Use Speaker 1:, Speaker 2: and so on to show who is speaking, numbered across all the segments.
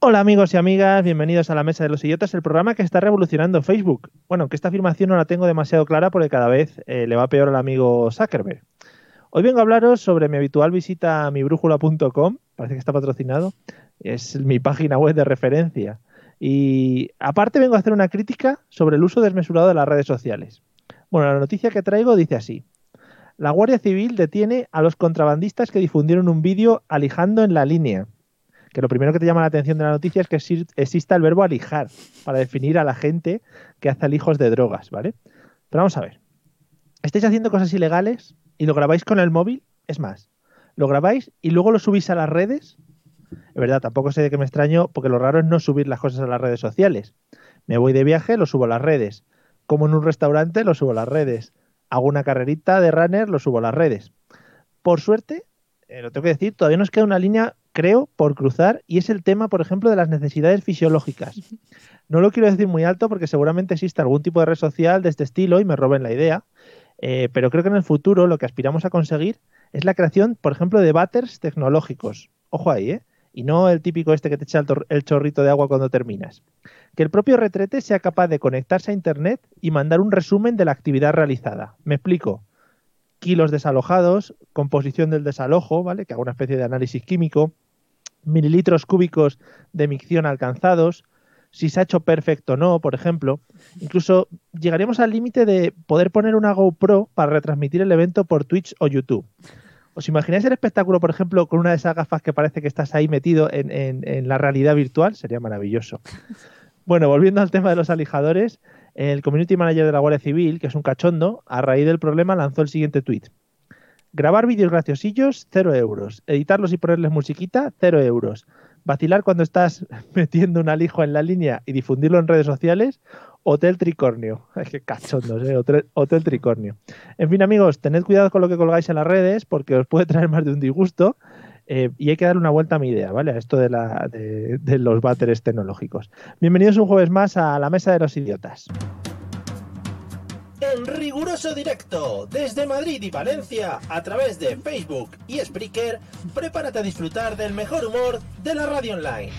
Speaker 1: Hola amigos y amigas, bienvenidos a la Mesa de los Idiotas, el programa que está revolucionando Facebook. Bueno, aunque esta afirmación no la tengo demasiado clara porque cada vez eh, le va peor al amigo Zuckerberg. Hoy vengo a hablaros sobre mi habitual visita a mibrújula.com, parece que está patrocinado, es mi página web de referencia. Y aparte vengo a hacer una crítica sobre el uso desmesurado de las redes sociales. Bueno, la noticia que traigo dice así. La Guardia Civil detiene a los contrabandistas que difundieron un vídeo alijando en la línea. Que lo primero que te llama la atención de la noticia es que exista el verbo alijar para definir a la gente que hace alijos de drogas, ¿vale? Pero vamos a ver. ¿Estáis haciendo cosas ilegales y lo grabáis con el móvil? Es más, lo grabáis y luego lo subís a las redes es verdad, tampoco sé de qué me extraño, porque lo raro es no subir las cosas a las redes sociales. Me voy de viaje, lo subo a las redes. Como en un restaurante, lo subo a las redes. Hago una carrerita de runner, lo subo a las redes. Por suerte, eh, lo tengo que decir, todavía nos queda una línea, creo, por cruzar, y es el tema, por ejemplo, de las necesidades fisiológicas. No lo quiero decir muy alto porque seguramente existe algún tipo de red social de este estilo y me roben la idea, eh, pero creo que en el futuro lo que aspiramos a conseguir es la creación, por ejemplo, de batters tecnológicos. Ojo ahí, ¿eh? y no el típico este que te echa el, el, chorrito de agua cuando terminas. Que el propio retrete sea capaz de conectarse a Internet y mandar un resumen de la actividad realizada. Me explico. Kilos desalojados, composición del desalojo, ¿vale? Que haga una especie de análisis químico, mililitros cúbicos de micción alcanzados, si se ha hecho perfecto o no, por ejemplo. Incluso llegaremos al límite de poder poner una GoPro para retransmitir el evento por Twitch o YouTube. ¿Os imagináis el espectáculo, por ejemplo, con una de esas gafas que parece que estás ahí metido en, en, en, la realidad virtual? Sería maravilloso. Bueno, volviendo al tema de los alijadores, el community manager de la Guardia Civil, que es un cachondo, a raíz del problema lanzó el siguiente tweet. Grabar vídeos graciosillos, cero euros. Editarlos y ponerles musiquita, cero euros. Vacilar cuando estás metiendo un alijo en la línea y difundirlo en redes sociales, Hotel Tricornio. Qué cachondos, ¿eh? Hotel, Hotel, Tricornio. En fin, amigos, tened cuidado con lo que colgáis en las redes porque os puede traer más de un disgusto eh, y hay que darle una vuelta a mi idea, ¿vale? A esto de, la, de, de los váteres tecnológicos. Bienvenidos un jueves más a la Mesa de los Idiotas.
Speaker 2: En riguroso directo, desde Madrid y Valencia, a través de Facebook y Spreaker, prepárate a disfrutar del mejor humor de la radio online.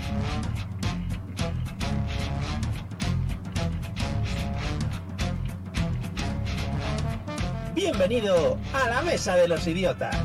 Speaker 2: Bienvenido a la Mesa de los Idiotas.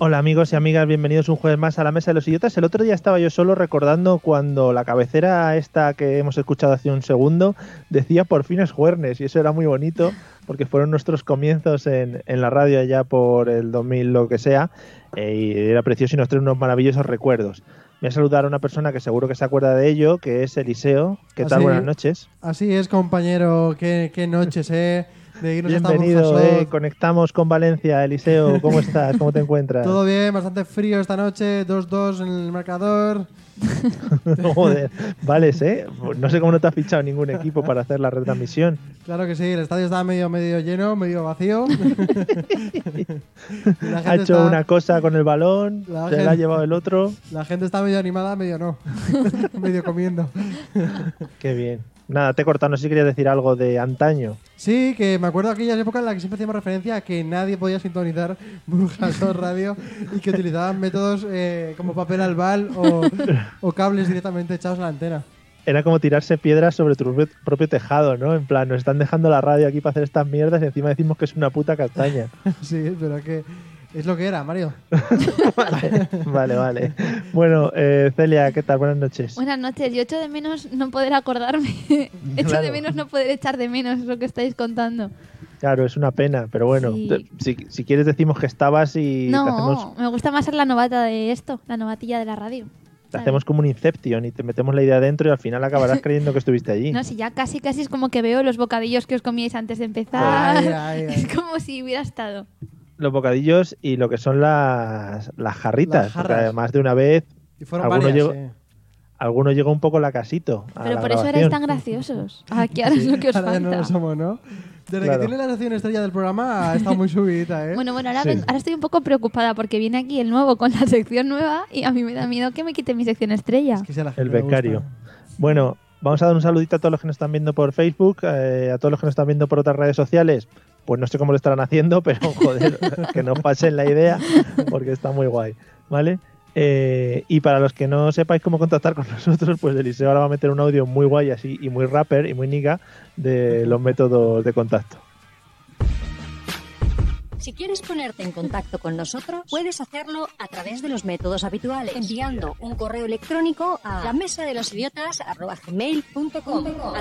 Speaker 1: Hola amigos y amigas, bienvenidos un jueves más a la Mesa de los Idiotas. El otro día estaba yo solo recordando cuando la cabecera esta que hemos escuchado hace un segundo decía por fin es jueves y eso era muy bonito porque fueron nuestros comienzos en, en la radio allá por el 2000 lo que sea eh, y era precioso y nos trae unos maravillosos recuerdos. Me a saludar a una persona que seguro que se acuerda de ello, que es Eliseo. ¿Qué tal?
Speaker 3: Así,
Speaker 1: Buenas noches.
Speaker 3: Así es, compañero. Qué, qué noches, ¿eh? De irnos
Speaker 1: Bienvenido, eh, conectamos con Valencia. Eliseo, ¿cómo estás? ¿Cómo te encuentras?
Speaker 3: Todo bien, bastante frío esta noche, 2-2 en el marcador.
Speaker 1: Joder, vales, ¿eh? No sé cómo no te has fichado ningún equipo para hacer la retransmisión.
Speaker 3: Claro que sí, el estadio está medio, medio lleno, medio vacío.
Speaker 1: la gente ha hecho está... una cosa con el balón, la se gente... la ha llevado el otro.
Speaker 3: La gente está medio animada, medio no, medio comiendo.
Speaker 1: Qué bien. Nada, te he cortado, no sé si querías decir algo de antaño.
Speaker 3: Sí, que me acuerdo de aquellas épocas en las que siempre hacíamos referencia a que nadie podía sintonizar Burjasor Radio y que utilizaban métodos eh, como papel albal o, o cables directamente echados a la antena.
Speaker 1: Era como tirarse piedras sobre tu propio tejado, ¿no? En plan, nos están dejando la radio aquí para hacer estas mierdas y encima decimos que es una puta castaña.
Speaker 3: sí, pero que... Es lo que era, Mario.
Speaker 1: vale, vale, vale. Bueno, eh, Celia, ¿qué tal? Buenas noches.
Speaker 4: Buenas noches. Yo echo de menos no poder acordarme. echo claro. de menos no poder echar de menos lo que estáis contando.
Speaker 1: Claro, es una pena, pero bueno,
Speaker 4: Sí.
Speaker 1: te- si, si quieres decimos que estabas y te, hacemos,
Speaker 4: No, me gusta más ser la novata de esto, la novatilla de la radio.
Speaker 1: te hacemos como un Inception y te metemos la idea dentro y al final acabarás creyendo que estuviste allí.
Speaker 4: No, si ya casi casi es como que veo los bocadillos que os comíais antes de empezar.
Speaker 3: Ay, ay, ay.
Speaker 4: Es como si hubiera estado.
Speaker 1: Los bocadillos y lo que son las, las jarritas,
Speaker 3: Las
Speaker 1: porque
Speaker 3: jarras.
Speaker 1: además de una vez
Speaker 3: Y fueron
Speaker 1: Alguno
Speaker 3: varias.
Speaker 1: llegó-
Speaker 3: eh.
Speaker 1: alguno llegó un poco lacasito. a
Speaker 4: Pero
Speaker 1: la
Speaker 4: por eso erais
Speaker 1: grabación.
Speaker 4: tan graciosos. Aquí ahora es lo que os
Speaker 3: Ahora ya no
Speaker 4: falta.
Speaker 3: lo somos, ¿no? Desde
Speaker 1: Claro.
Speaker 3: que tiene la nación estrella del programa ha estado muy subidita, ¿eh?
Speaker 4: Bueno, bueno, ahora,
Speaker 1: Sí.
Speaker 4: ven- ahora estoy un poco preocupada porque viene aquí el nuevo con la sección nueva y a mí me da miedo que me quite mi sección estrella.
Speaker 3: Es que si a la gente
Speaker 1: El
Speaker 3: le gusta.
Speaker 1: becario. Bueno, vamos a dar un saludito a todos los que nos están viendo por Facebook, eh, a todos los que nos están viendo por otras redes sociales. Pues no sé cómo lo estarán haciendo, pero joder, que nos pasen la idea, porque está muy guay, ¿vale? Eh, y para los que no sepáis cómo contactar con nosotros, pues Eliseo ahora va a meter un audio muy guay así y muy rapper y muy niga de los métodos de contacto.
Speaker 5: Si quieres ponerte en contacto con nosotros, puedes hacerlo a través de los métodos habituales, enviando un correo electrónico a la mesa de los idiotas a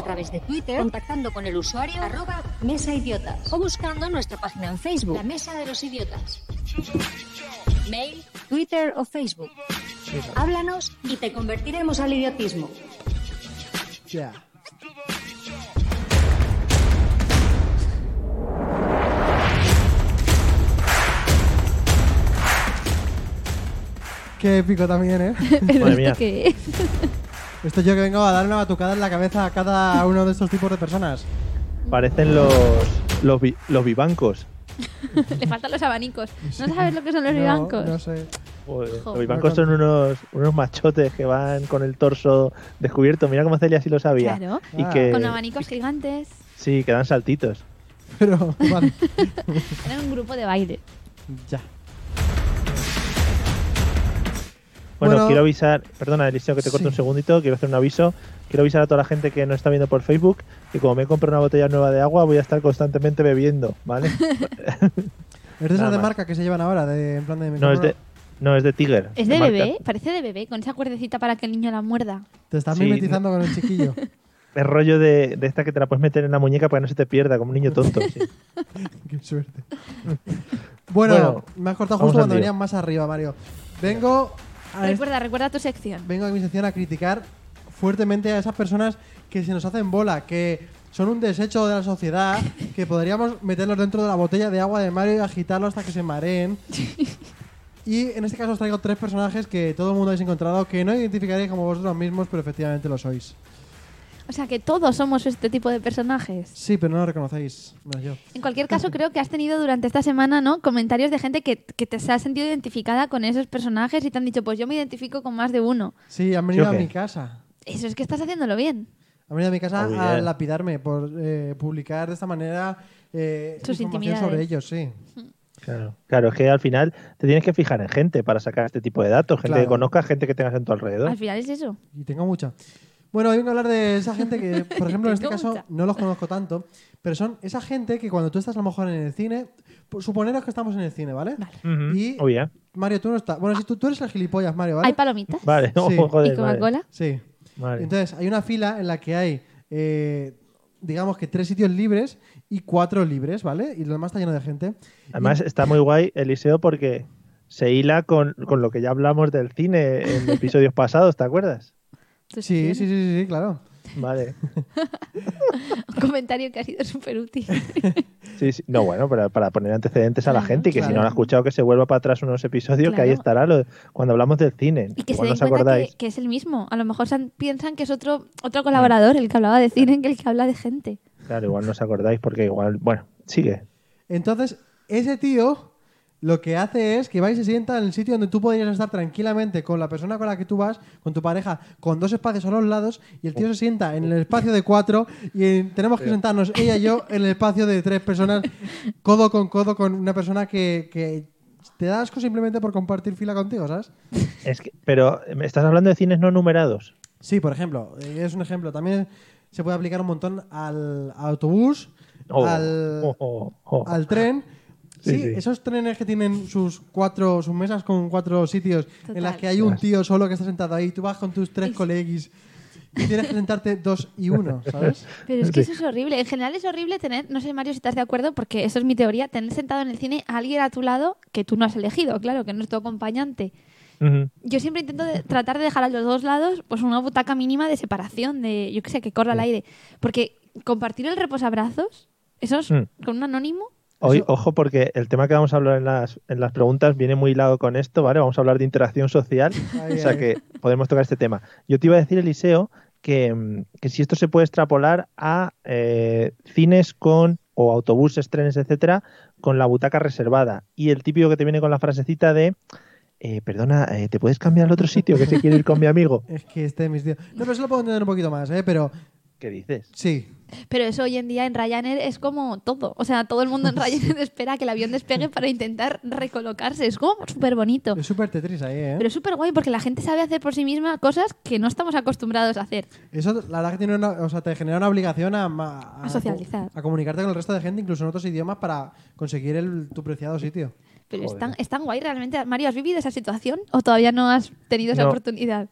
Speaker 5: través de Twitter, contactando con el usuario arroba mesa idiotas o buscando nuestra página en Facebook, la mesa de los idiotas. Mail, Twitter o Facebook. Háblanos y te convertiremos al idiotismo.
Speaker 3: Ya. Qué épico también, ¿eh?
Speaker 4: Pero
Speaker 1: Madre
Speaker 4: esto
Speaker 1: mía.
Speaker 4: qué es?
Speaker 3: Esto yo que vengo a dar una batucada en la cabeza a cada uno de estos tipos de personas.
Speaker 1: Parecen los, los, vi- los vivancos.
Speaker 4: Le faltan los abanicos. ¿No sabes lo que son los
Speaker 3: no,
Speaker 4: vivancos?
Speaker 3: No sé.
Speaker 1: Joder, los
Speaker 4: Joder.
Speaker 1: vivancos son unos, unos machotes que van con el torso descubierto. Mira cómo Celia sí lo sabía.
Speaker 4: Claro.
Speaker 1: Y
Speaker 3: Ah.
Speaker 1: que,
Speaker 4: Con abanicos gigantes.
Speaker 1: sí, que dan saltitos.
Speaker 3: Pero, vale.
Speaker 4: Era un grupo de baile.
Speaker 3: ya.
Speaker 1: Bueno,
Speaker 3: Bueno.
Speaker 1: quiero avisar, perdona Eliseo que te corte
Speaker 3: Sí.
Speaker 1: un segundito, quiero hacer un aviso. Quiero avisar a toda la gente que nos está viendo por Facebook que como me he comprado una botella nueva de agua voy a estar constantemente bebiendo, ¿vale?
Speaker 3: Es de
Speaker 1: Nada
Speaker 3: esas de
Speaker 1: más.
Speaker 3: marca que se llevan ahora, de, en plan de... me
Speaker 1: No es
Speaker 3: compro-
Speaker 1: de, no, es de Tiger.
Speaker 4: ¿Es de
Speaker 1: marca.
Speaker 4: bebé? Parece de bebé, con esa cuerdecita para que el niño la muerda.
Speaker 3: Te estás
Speaker 1: Sí,
Speaker 3: mimetizando con el chiquillo.
Speaker 1: Es rollo de, de esta que te la puedes meter en la muñeca para que no se te pierda, como un niño tonto. sí.
Speaker 3: Qué suerte. Bueno,
Speaker 1: Bueno,
Speaker 3: me has cortado
Speaker 1: vamos
Speaker 3: justo
Speaker 1: al
Speaker 3: cuando
Speaker 1: lío.
Speaker 3: venían más arriba, Mario. Vengo a, est-
Speaker 4: Recuerda, recuerda tu sección.
Speaker 3: vengo a mi sección a criticar fuertemente a esas personas que se nos hacen bola, que son un desecho de la sociedad, que podríamos meterlos dentro de la botella de agua de Mario y agitarlo hasta que se mareen. Y en este caso os traigo tres personajes que todo el mundo habéis encontrado, que no identificaréis como vosotros mismos, pero efectivamente lo sois.
Speaker 4: O sea que todos somos este tipo de personajes.
Speaker 3: Sí, pero no lo reconocéis, menos yo.
Speaker 4: En cualquier caso, creo que has tenido durante esta semana, ¿no? Comentarios de gente que, que te se ha sentido identificada con esos personajes y te han dicho, pues yo me identifico con más de uno.
Speaker 3: Sí, han venido
Speaker 1: ¿Sí o
Speaker 3: a
Speaker 1: qué?
Speaker 3: mi casa.
Speaker 4: Eso es que estás haciéndolo bien.
Speaker 3: Han venido a mi casa
Speaker 1: Oh,
Speaker 3: a
Speaker 1: yeah.
Speaker 3: lapidarme por eh, publicar de esta manera eh,
Speaker 4: Sus
Speaker 3: información
Speaker 4: intimidades.
Speaker 3: sobre ellos, sí.
Speaker 1: Claro. claro, es que al final te tienes que fijar en gente para sacar este tipo de datos, gente que
Speaker 3: Claro.
Speaker 1: conozcas, gente que tengas en tu alrededor.
Speaker 4: Al final es eso.
Speaker 3: Y tengo mucha. Bueno, hoy vengo a hablar de esa gente que, por ejemplo, en este
Speaker 4: Tengo
Speaker 3: caso
Speaker 4: mucha.
Speaker 3: no los conozco tanto, pero son esa gente que cuando tú estás a lo mejor en el cine, pues, suponeros que estamos en el cine, ¿vale?
Speaker 4: Vale.
Speaker 1: Ujú,
Speaker 3: Y-
Speaker 1: oh, yeah.
Speaker 3: Mario, tú no estás. Bueno, si tú, tú eres el gilipollas, Mario, ¿vale?
Speaker 4: Hay palomitas
Speaker 1: Vale,
Speaker 3: Sí.
Speaker 1: oh, joder, vale.
Speaker 4: y Coca-Cola.
Speaker 3: Sí.
Speaker 1: Vale.
Speaker 3: Entonces, hay una fila en la que hay, eh, digamos que tres sitios libres y cuatro libres, ¿vale? Y lo demás está lleno de gente.
Speaker 1: Además, está muy guay Eliseo porque se hila con, con lo que ya hablamos del cine en episodios pasados, ¿te acuerdas?
Speaker 4: Tu
Speaker 3: Sí,
Speaker 4: sección.
Speaker 3: sí, sí, sí, sí, claro.
Speaker 1: Vale.
Speaker 4: Un comentario que ha sido súper útil.
Speaker 1: Sí, sí. No, bueno, para, para poner antecedentes a la
Speaker 4: Claro,
Speaker 1: gente y que si
Speaker 3: claro.
Speaker 1: no lo ha escuchado que se vuelva para atrás unos episodios que ahí
Speaker 4: Claro.
Speaker 1: estará lo- cuando hablamos del cine.
Speaker 4: Y que se
Speaker 1: Igual no
Speaker 4: den
Speaker 1: os
Speaker 4: cuenta
Speaker 1: acordáis.
Speaker 4: que, que es el mismo. A lo mejor se han- piensan que es otro, otro colaborador el que hablaba de cine que el que habla de gente.
Speaker 1: Claro, igual no os acordáis porque igual, bueno, sigue.
Speaker 3: Entonces, ese tío lo que hace es que va y se sienta en el sitio donde tú podrías estar tranquilamente con la persona con la que tú vas, con tu pareja, con dos espacios a los lados, y el tío se sienta en el espacio de cuatro y eh, tenemos que sentarnos ella y yo en el espacio de tres personas, codo con codo, con una persona que, que te da asco simplemente por compartir fila contigo, ¿sabes?
Speaker 1: Es que, pero me estás hablando de cines no numerados.
Speaker 3: Sí, por ejemplo, eh, es un ejemplo. También se puede aplicar un montón al autobús,
Speaker 1: Oh,
Speaker 3: al,
Speaker 1: oh, oh, oh.
Speaker 3: al tren. Sí,
Speaker 1: Sí, sí.
Speaker 3: esos trenes que tienen sus cuatro, sus mesas con cuatro sitios en
Speaker 4: Total.
Speaker 3: las que hay un tío solo que está sentado ahí, tú vas con tus tres colegis y tienes que sentarte dos y uno, ¿sabes?
Speaker 4: Pero es que
Speaker 1: Sí.
Speaker 4: eso es horrible. En general es horrible tener, no sé Mario si estás de acuerdo, porque eso es mi teoría, tener sentado en el cine a alguien a tu lado que tú no has elegido, claro, que no es tu acompañante.
Speaker 1: Ujú.
Speaker 4: Yo siempre intento de- tratar de dejar a los dos lados pues una butaca mínima de separación, de yo qué sé, que corra al aire. Porque compartir el reposabrazos, eso es
Speaker 1: Mm.
Speaker 4: con un anónimo.
Speaker 1: Hoy,
Speaker 3: Eso-
Speaker 1: ojo, porque el tema que vamos a hablar en las, en las preguntas viene muy hilado con esto, ¿vale? Vamos a hablar de interacción social,
Speaker 3: Ahí,
Speaker 1: o sea
Speaker 3: ahí.
Speaker 1: que podemos tocar este tema. Yo te iba a decir, Eliseo, que, mm, que si esto se puede extrapolar a eh, cines con o autobuses, trenes, etcétera, con la butaca reservada. Y el típico que te viene con la frasecita de, eh, perdona, eh, ¿te puedes cambiar al otro sitio que se quiere ir con mi amigo?
Speaker 3: Es que este mis tíos. No, pero eso lo puedo entender un poquito más, ¿eh? Pero
Speaker 1: ¿Qué dices?
Speaker 3: sí.
Speaker 4: Pero eso hoy en día en Ryanair es como todo. O sea, todo el mundo en Ryanair espera que el avión despegue para intentar recolocarse. Es como súper bonito.
Speaker 3: Es súper Tetris ahí, ¿eh?
Speaker 4: Pero es súper guay porque la gente sabe hacer por sí misma cosas que no estamos acostumbrados a hacer.
Speaker 3: Eso, la verdad que tiene una, o sea, te genera una obligación a, ma-
Speaker 4: A socializar.
Speaker 3: A comunicarte con el resto de gente, incluso en otros idiomas, para conseguir el, tu preciado sitio.
Speaker 4: Pero es
Speaker 1: Joder.
Speaker 4: tan, es tan guay realmente. Mario, ¿has vivido esa situación o todavía no has tenido esa
Speaker 1: No.
Speaker 4: oportunidad?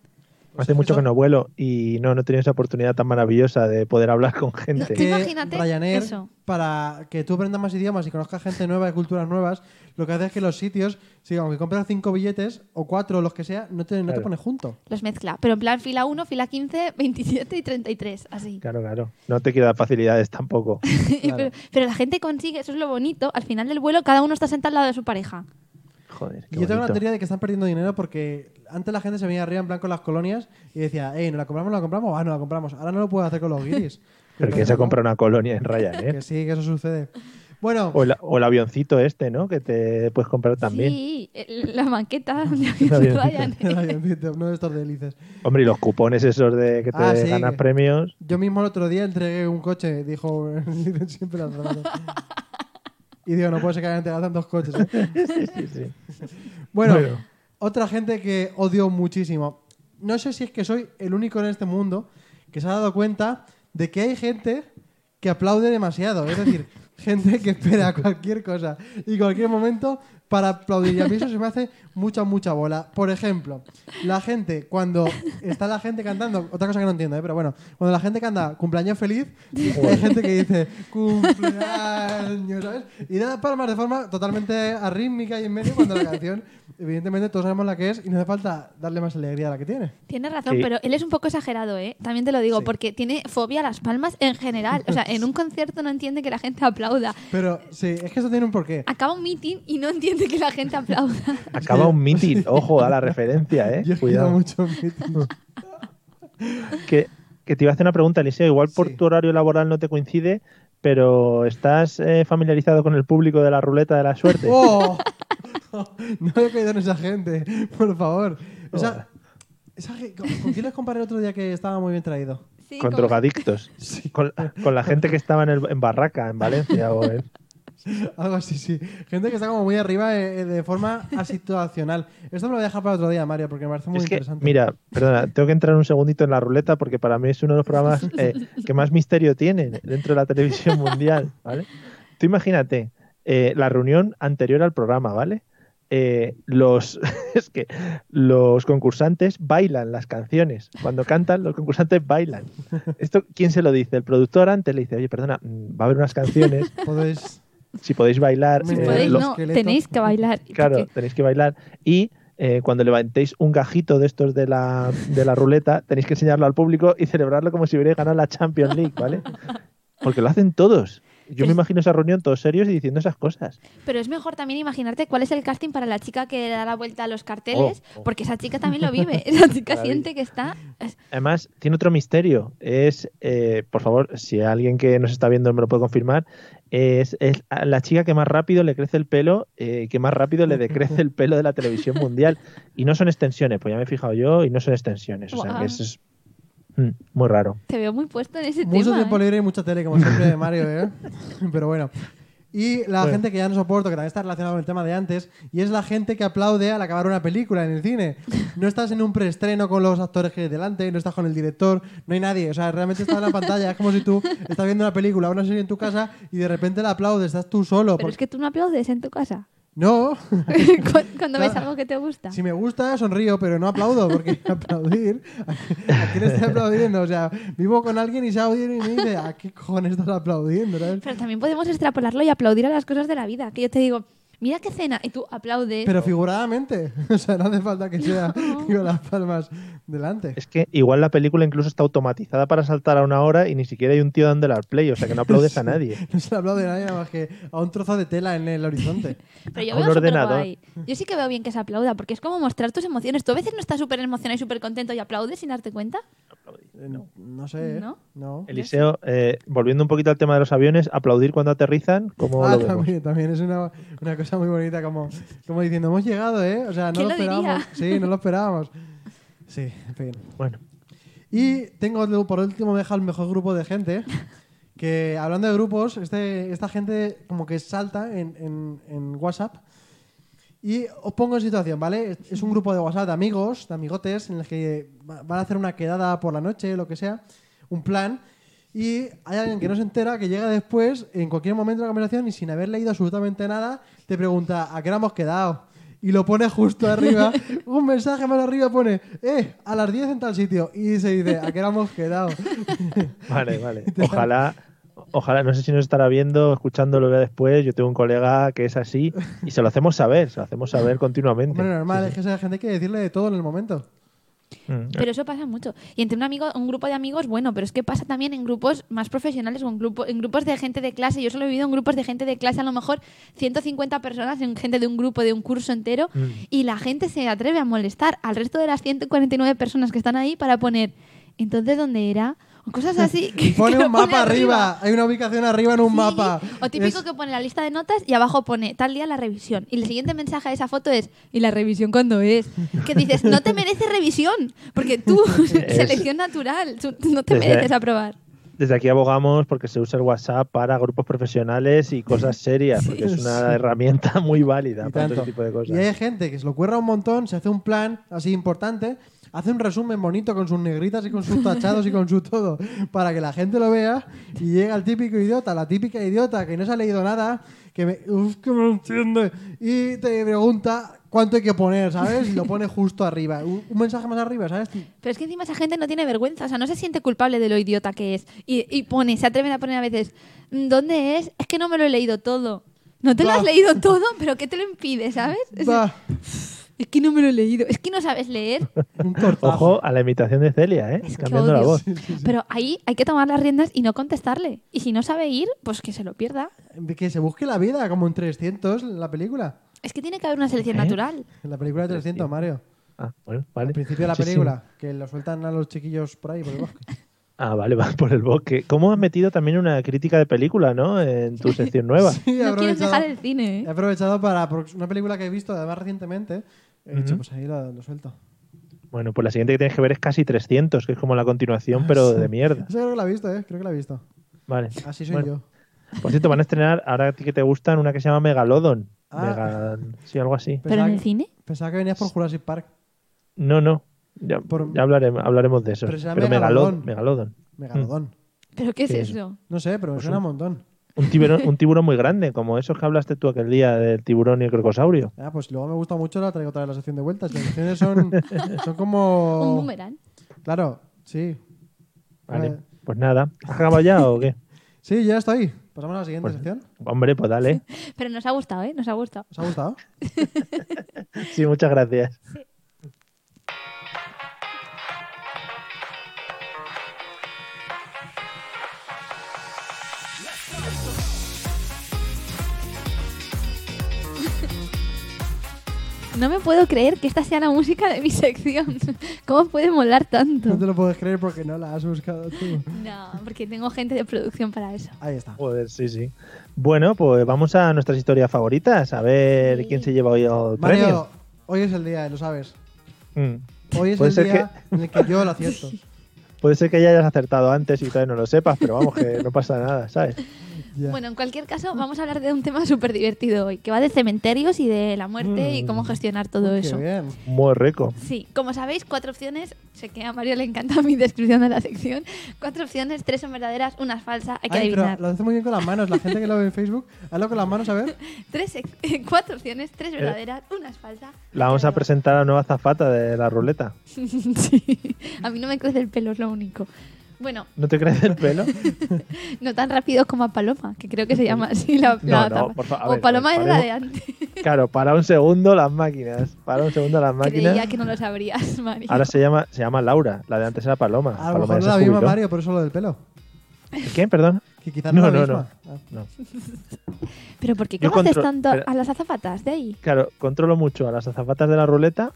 Speaker 1: Hace mucho
Speaker 3: Pues eso-
Speaker 1: que no vuelo y no, no he tenido esa oportunidad tan maravillosa de poder hablar con
Speaker 4: No,
Speaker 1: gente.
Speaker 4: Tú
Speaker 3: Que
Speaker 4: imagínate
Speaker 3: Ryanair,
Speaker 4: eso.
Speaker 3: para que tú aprendas más idiomas y conozcas gente nueva y culturas nuevas, lo que hace es que los sitios, si aunque compras cinco billetes o cuatro o los que sea, no te, no te
Speaker 1: Claro.
Speaker 3: pones junto.
Speaker 4: Los mezcla. Pero en plan fila 1, fila 15, 27 y 33. Así.
Speaker 1: Claro, claro. No te quiero dar facilidades tampoco.
Speaker 4: pero, pero la gente consigue, eso es lo bonito. Al final del vuelo, cada uno está sentado al lado de su pareja.
Speaker 1: Joder, qué
Speaker 3: Y yo tengo la
Speaker 1: bonito.
Speaker 3: teoría de que están perdiendo dinero porque antes la gente se venía arriba en blanco las colonias y decía, hey, ¿no la compramos, no la compramos? Ah, no la compramos. Ahora no lo puedo hacer con los guiris.
Speaker 1: Pero quién se compra una colonia en Ryanair.
Speaker 3: Que sí, que eso sucede. Bueno,
Speaker 1: O, el- o el avioncito este, ¿no? Que te puedes comprar también.
Speaker 4: Sí, el- la maqueta de
Speaker 1: avioncito.
Speaker 3: el
Speaker 4: Ryanair.
Speaker 3: avioncito, uno de estos delices.
Speaker 1: Hombre, y los cupones esos de que te
Speaker 3: Ah, sí,
Speaker 1: ganas
Speaker 3: que-
Speaker 1: premios.
Speaker 3: Yo mismo el otro día entregué un coche, dijo siempre la trabajo. Y digo, no puede ser que hayan entregado tantos coches. ¿eh?
Speaker 1: Sí, sí, sí.
Speaker 3: Bueno,
Speaker 1: Bueno.
Speaker 3: otra gente que odio muchísimo. No sé si es que soy el único en este mundo que se ha dado cuenta de que hay gente que aplaude demasiado. Es decir, gente que espera cualquier cosa y cualquier momento para aplaudir. Y a mí eso se me hace mucha, mucha bola. Por ejemplo, la gente, cuando está la gente cantando, otra cosa que no entiendo, ¿eh? pero bueno, cuando la gente canta cumpleaños feliz, hay gente que dice cumpleaños, ¿sabes? Y da las palmas de forma totalmente arrítmica y en medio cuando la canción, evidentemente, todos sabemos la que es y no hace falta darle más alegría a la que tiene.
Speaker 4: Tienes razón,
Speaker 1: Sí.
Speaker 4: pero él es un poco exagerado, ¿eh? También te lo digo, porque tiene fobia a las palmas en general. O sea, en un concierto no entiende que la gente aplauda.
Speaker 3: Pero sí, es que eso tiene un porqué.
Speaker 4: Acaba un meeting y no entiende que la gente aplauda.
Speaker 1: Acaba un meeting. Ojo, a la referencia, ¿eh?
Speaker 3: Yo he ido a
Speaker 1: Cuidado.
Speaker 3: muchos meetings.
Speaker 1: Que, que te iba a hacer una pregunta, Eliseo. Igual por
Speaker 3: Sí.
Speaker 1: tu horario laboral no te coincide, pero ¿estás eh, familiarizado con el público de la ruleta de la suerte?
Speaker 3: ¡Oh! No he caído en esa gente, por favor. O sea,
Speaker 1: Oh.
Speaker 3: esa ge- ¿con con quién les comparé el otro día que estaba muy bien traído?
Speaker 4: Sí,
Speaker 1: con
Speaker 4: como-
Speaker 1: drogadictos.
Speaker 3: Sí.
Speaker 1: Con, con la gente que estaba en, el- en Barraca, en Valencia. O en-
Speaker 3: Algo así, sí. Gente que está como muy arriba eh, eh, de forma asituacional. Esto me lo voy a dejar para otro día, Mario, porque me parece muy
Speaker 1: es que,
Speaker 3: interesante.
Speaker 1: mira, perdona, tengo que entrar un segundito en la ruleta porque para mí es uno de los programas eh, que más misterio tiene dentro de la televisión mundial, ¿vale? Tú imagínate eh, la reunión anterior al programa, ¿vale? Eh, los es que los concursantes bailan las canciones cuando cantan los concursantes bailan esto quién se lo dice el productor antes le dice oye perdona mm, va a haber unas canciones
Speaker 3: Podéis.
Speaker 1: si podéis bailar
Speaker 3: Si
Speaker 4: Si
Speaker 1: eh,
Speaker 4: podéis,
Speaker 1: lo-
Speaker 4: no,
Speaker 3: esqueleto.
Speaker 4: tenéis que bailar.
Speaker 1: Claro,
Speaker 4: Porque-
Speaker 1: tenéis que bailar. Y eh, cuando levantéis un gajito de estos de la, de la ruleta, tenéis que enseñarlo al público y celebrarlo como si hubierais ganado la Champions League, ¿vale? Porque lo hacen todos. Yo
Speaker 4: Pero-
Speaker 1: me imagino esa reunión todos serios y diciendo esas cosas.
Speaker 4: Pero es mejor también imaginarte cuál es el casting para la chica que da la vuelta a los carteles,
Speaker 1: Oh, oh.
Speaker 4: porque esa chica también lo vive. Esa chica
Speaker 1: Maravilla.
Speaker 4: siente que está. es-
Speaker 1: Además, tiene otro misterio. Es, eh, por favor, si alguien que nos está viendo me lo puede confirmar, es, es a la chica que más rápido le crece el pelo, eh, que más rápido le decrece el pelo de la televisión mundial. Y no son extensiones, pues ya me he fijado yo, y no son extensiones. O sea,
Speaker 4: Guau.
Speaker 1: que eso es mm, muy raro.
Speaker 4: Te veo muy puesto en ese
Speaker 3: Mucho
Speaker 4: tema.
Speaker 3: tiempo
Speaker 4: ¿eh?
Speaker 3: libre y mucha tele, como siempre, Mario, ¿eh? Pero bueno. Y la gente que ya no soporto, que también está relacionada con el tema de antes, y es la gente que aplaude al acabar una película en el cine. No estás en un preestreno con los actores que hay delante, no estás con el director, no hay nadie. O sea, realmente estás en la pantalla. Es como si tú estás viendo una película, una serie en tu casa, y de repente la aplaudes, estás tú solo.
Speaker 4: Pero
Speaker 3: porque-
Speaker 4: es que tú no aplaudes en tu casa.
Speaker 3: No,
Speaker 4: Cu- Cuando ves algo que te gusta.
Speaker 3: si me gusta, sonrío, pero no aplaudo, porque aplaudir, ¿a quién está aplaudiendo? O sea, vivo con alguien y se aplaude y me dice, ¿a qué cojones estás aplaudiendo? ¿sabes?
Speaker 4: Pero también podemos extrapolarlo y aplaudir a las cosas de la vida. Que yo te digo, mira qué cena, y tú aplaudes.
Speaker 3: Pero figuradamente, o sea, no hace falta que sea con las palmas delante.
Speaker 1: Es que igual la película incluso está automatizada para saltar a una hora y ni siquiera hay un tío dándole al play, o sea que no aplaudes a nadie.
Speaker 3: No se le aplaude a nadie más que a un trozo de tela en el horizonte.
Speaker 4: Pero yo
Speaker 1: a un
Speaker 4: veo súper
Speaker 1: ordenador.
Speaker 4: guay. Yo sí que veo bien que se aplauda, porque es como mostrar tus emociones. Tú a veces no estás súper emocionado y súper contento y aplaudes sin darte cuenta.
Speaker 3: No, no sé. ¿eh?
Speaker 4: ¿No?
Speaker 3: No.
Speaker 1: Eliseo, eh, volviendo un poquito al tema de los aviones, aplaudir cuando aterrizan, como
Speaker 3: Ah,
Speaker 1: lo vemos?
Speaker 3: también, también es una, una cosa muy bonita, como, como diciendo, hemos llegado, ¿eh? O sea, no
Speaker 4: ¿Quién
Speaker 3: lo
Speaker 4: lo diría?
Speaker 3: esperábamos. Sí, no lo esperábamos. Sí, en fin.
Speaker 1: Bueno,
Speaker 3: Y tengo lo- por último me deja el mejor grupo de gente. Que hablando de grupos, este, esta gente como que salta en, en- en WhatsApp. Y os pongo en situación, ¿vale? Es- Es un grupo de WhatsApp de amigos, de amigotes, en el que va- van a hacer una quedada por la noche, lo que sea, un plan. Y hay alguien que no se entera, que llega después, en cualquier momento de la conversación y sin haber leído absolutamente nada, te pregunta, ¿a qué hora hemos quedado? Y lo pone justo arriba, un mensaje más arriba pone, ¡eh! A las 10 en tal sitio. Y se dice, ¿a qué hora hemos quedado?
Speaker 1: vale, vale. Ojalá, ojalá, no sé si nos estará viendo, escuchando, lo vea después. Yo tengo un colega que es así y se lo hacemos saber, se lo hacemos saber continuamente.
Speaker 3: Hombre, normal, ¿eh? es que esa gente hay que decirle de todo en el momento.
Speaker 1: Mm.
Speaker 4: Pero eso pasa mucho. Y entre un amigo, un grupo de amigos, bueno, pero es que pasa también en grupos más profesionales o en, grupo- en grupos de gente de clase. Yo solo he vivido en grupos de gente de clase, a lo mejor 150 personas, en gente de un grupo, de un curso entero, y la gente se atreve a molestar al resto de las 149 personas que están ahí para poner, entonces, ¿dónde era? O cosas así. que-
Speaker 3: Y pone
Speaker 4: que lo
Speaker 3: un mapa arriba. hay una ubicación arriba en un
Speaker 4: Sí,
Speaker 3: mapa.
Speaker 4: O típico
Speaker 3: Es-
Speaker 4: que pone la lista de notas y abajo pone tal día la revisión. Y el siguiente mensaje de esa foto es ¿y la revisión cuándo es? Que dices, no te mereces revisión, porque tú, selección natural, tú no te
Speaker 1: Desde-
Speaker 4: mereces aprobar.
Speaker 1: Desde aquí abogamos porque se usa el WhatsApp para grupos profesionales y cosas serias, porque es una herramienta muy válida
Speaker 3: y
Speaker 1: para
Speaker 3: tanto.
Speaker 1: todo ese tipo de
Speaker 3: Y
Speaker 1: cosas.
Speaker 3: hay gente que se lo cuerra un montón, se hace un plan así importante, hace un resumen bonito con sus negritas y con sus tachados y con su todo, para que la gente lo vea. Y llega el típico idiota, la típica idiota que no se ha leído nada, que me, uf, que me entiende, y te pregunta cuánto hay que poner, ¿sabes? Y lo pone justo arriba. Un, un mensaje más arriba, ¿sabes?
Speaker 4: Pero es que encima esa gente no tiene vergüenza, o sea, no se siente culpable de lo idiota que es. Y, y pone, se atreven a poner a veces, "Mm, ¿dónde es? Es que no me lo he leído todo. No te lo
Speaker 3: Bah.
Speaker 4: has leído todo, pero ¿qué te lo impide, sabes? Es,
Speaker 3: Va,
Speaker 4: es que no me lo he leído, es que no sabes leer.
Speaker 3: un tortazo.
Speaker 1: Ojo a la imitación de Celia, ¿eh?
Speaker 4: Es que
Speaker 1: cambiando la
Speaker 4: odio.
Speaker 1: voz.
Speaker 4: Pero ahí hay que tomar las riendas y no contestarle. Y si no sabe ir, pues que se lo pierda.
Speaker 3: Que se busque la vida, como en 300, la película.
Speaker 4: Es que tiene que haber una selección
Speaker 1: ¿Eh?
Speaker 4: natural.
Speaker 3: En la película de 300, Mario.
Speaker 1: Ah, bueno, vale.
Speaker 3: Al principio de la
Speaker 1: Sí, sí.
Speaker 3: película, que lo sueltan a los chiquillos por ahí, por el bosque.
Speaker 1: Ah, vale, va por el bosque. ¿Cómo has metido también una crítica de película, no? En tu sección nueva.
Speaker 3: Sí, he
Speaker 4: no quieres
Speaker 3: aprovechado-
Speaker 4: dejar el cine.
Speaker 3: He
Speaker 4: ¿eh?
Speaker 3: aprovechado para por una película que he visto, además recientemente. He dicho,
Speaker 1: Ujú.
Speaker 3: pues ahí lo, lo suelto.
Speaker 1: Bueno, pues la siguiente que tienes que ver es casi 300, que es como la
Speaker 3: Ah,
Speaker 1: continuación, pero de mierda.
Speaker 3: Eso creo que la he visto, ¿eh? Creo que la he visto.
Speaker 1: Vale.
Speaker 3: Así soy
Speaker 1: Bueno,
Speaker 3: yo.
Speaker 1: Por cierto, van a estrenar, ahora a ti que te gustan, una que se llama Megalodon.
Speaker 3: Ah.
Speaker 1: Megal- Sí, algo así.
Speaker 4: ¿Pero
Speaker 3: Pensaba
Speaker 4: en el
Speaker 3: que-
Speaker 4: cine?
Speaker 3: Pensaba que venías por Jurassic Park.
Speaker 1: No, no. Ya,
Speaker 3: Por-
Speaker 1: ya hablaremos, hablaremos de eso.
Speaker 3: Pero será
Speaker 1: Megalod-
Speaker 3: Megalodón.
Speaker 1: Megalodon.
Speaker 3: Megalodón.
Speaker 1: Mm.
Speaker 4: ¿Pero qué es
Speaker 1: Sí,
Speaker 4: eso?
Speaker 3: No sé, pero me
Speaker 1: Pues
Speaker 3: suena un montón.
Speaker 1: Un tiburón, un tiburón muy grande, como esos que hablaste tú aquel día del tiburón y el crocosaurio.
Speaker 3: Ah, pues luego me gusta mucho, la traigo otra vez a la sección de vueltas. Las secciones son, son como...
Speaker 4: Un boomerang.
Speaker 3: Claro, sí.
Speaker 1: Vale.
Speaker 3: Vale.
Speaker 1: Pues nada. ¿Has acabado ya o qué?
Speaker 3: Sí, ya estoy. Pasamos a la siguiente
Speaker 1: Pues-
Speaker 3: sección.
Speaker 1: Hombre, pues dale.
Speaker 4: Pero nos ha gustado, ¿eh? Nos ha gustado.
Speaker 3: ¿Os ha gustado?
Speaker 1: Sí, muchas gracias.
Speaker 4: No me puedo creer que esta sea la música de mi sección. ¿Cómo puede molar
Speaker 3: No te
Speaker 4: tanto?
Speaker 3: lo puedes creer porque no la has buscado tú.
Speaker 4: No, porque tengo gente de producción para eso.
Speaker 3: Ahí está.
Speaker 1: Joder, sí, sí. Bueno, pues vamos a nuestras historias favoritas, a ver
Speaker 4: Sí.
Speaker 1: quién se lleva hoy el
Speaker 3: Mario, hoy es el día, lo sabes.
Speaker 1: premio. Mm.
Speaker 3: Hoy es
Speaker 1: Puede
Speaker 3: el
Speaker 1: ser
Speaker 3: día en el que yo lo acierto.
Speaker 1: Puede ser que ya hayas acertado antes y todavía no lo sepas, pero vamos, que no pasa nada, ¿sabes?
Speaker 3: Ya.
Speaker 4: Bueno, en cualquier caso, vamos a hablar de un tema súper divertido hoy, que va de cementerios y de la muerte y
Speaker 3: Mm.
Speaker 4: cómo gestionar todo
Speaker 3: Qué
Speaker 4: eso.
Speaker 3: bien.
Speaker 1: Muy rico.
Speaker 4: Sí, como sabéis, cuatro opciones. Sé que a Mario le encanta mi descripción de la sección. Cuatro opciones, tres son verdaderas, una es falsa. Hay que
Speaker 3: Ay, pero
Speaker 4: adivinar.
Speaker 3: lo hace muy bien con las manos. La gente que lo ve en Facebook, hazlo con las manos a ver.
Speaker 4: Tres, ex- cuatro opciones, tres verdaderas, una es falsa.
Speaker 1: Eh, La vamos a presentar a la nueva zafata de la ruleta.
Speaker 4: sí. A mí no me crece el pelo, es lo único. Bueno,
Speaker 1: ¿No te crees el pelo?
Speaker 4: no tan rápido como a Paloma, que creo que se llama así la,
Speaker 1: No,
Speaker 4: la
Speaker 1: no,
Speaker 4: tapa.
Speaker 1: por fa- a
Speaker 4: O
Speaker 1: ver,
Speaker 4: Paloma
Speaker 1: a ver,
Speaker 4: era la de
Speaker 1: paremos.
Speaker 4: antes.
Speaker 1: Claro, para un segundo las máquinas. Para un segundo las máquinas.
Speaker 4: Creía que no lo sabrías, Mario.
Speaker 1: Ahora se llama, se llama Laura. La de antes era Paloma.
Speaker 3: Ah, A lo
Speaker 1: Paloma
Speaker 3: mejor
Speaker 1: ya
Speaker 3: no la
Speaker 1: se
Speaker 3: misma
Speaker 1: jubiló.
Speaker 3: Mario, por eso lo del pelo.
Speaker 1: ¿Quién? Perdón.
Speaker 3: Que quizás no,
Speaker 1: No,
Speaker 3: es la
Speaker 1: no,
Speaker 3: misma. Ah.
Speaker 1: No.
Speaker 4: Pero ¿por qué
Speaker 1: Yo
Speaker 4: conoces
Speaker 1: contro-
Speaker 4: tanto
Speaker 1: pero-
Speaker 4: a las azafatas de ahí?
Speaker 1: Claro, controlo mucho a las azafatas de la ruleta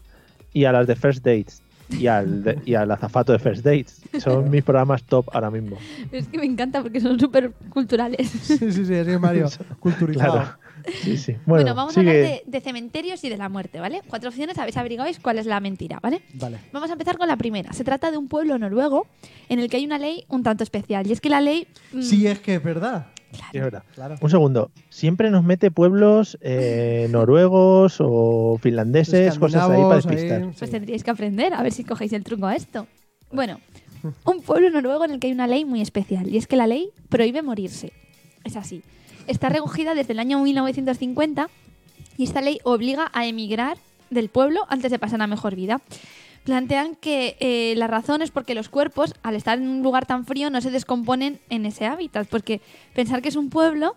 Speaker 1: y a las de First Dates. Y al, de- y al azafato de First Dates. Son mis programas top ahora mismo.
Speaker 4: Es que me encanta porque son súper culturales.
Speaker 3: Sí, sí, sí, es que Mario, culturizado.
Speaker 1: Claro. Sí, sí.
Speaker 4: Bueno,
Speaker 1: Bueno,
Speaker 4: vamos
Speaker 1: sigue.
Speaker 4: a hablar de, de cementerios y de la muerte, ¿vale? Cuatro opciones, habéis averiguado cuál es la mentira, ¿vale?
Speaker 3: Vale.
Speaker 4: Vamos a empezar con la primera. Se trata de un pueblo noruego en el que hay una ley un tanto especial. Y es que la ley... mm,
Speaker 3: Sí, es que es verdad.
Speaker 1: Sí, es verdad.
Speaker 3: Claro.
Speaker 1: Un segundo. Siempre nos mete pueblos eh, noruegos o finlandeses, cosas ahí para
Speaker 3: Escandinavos,
Speaker 1: despistar.
Speaker 3: ahí,
Speaker 4: Pues
Speaker 3: sí.
Speaker 4: tendríais que aprender, a ver si cogéis el truco a esto. Bueno, un pueblo noruego en el que hay una ley muy especial, y es que la ley prohíbe morirse. Es así. Está recogida desde el año 1950 y esta ley obliga a emigrar del pueblo antes de pasar a mejor vida. Plantean que eh, la razón es porque los cuerpos, al estar en un lugar tan frío, no se descomponen en ese hábitat. Porque pensar que es un pueblo...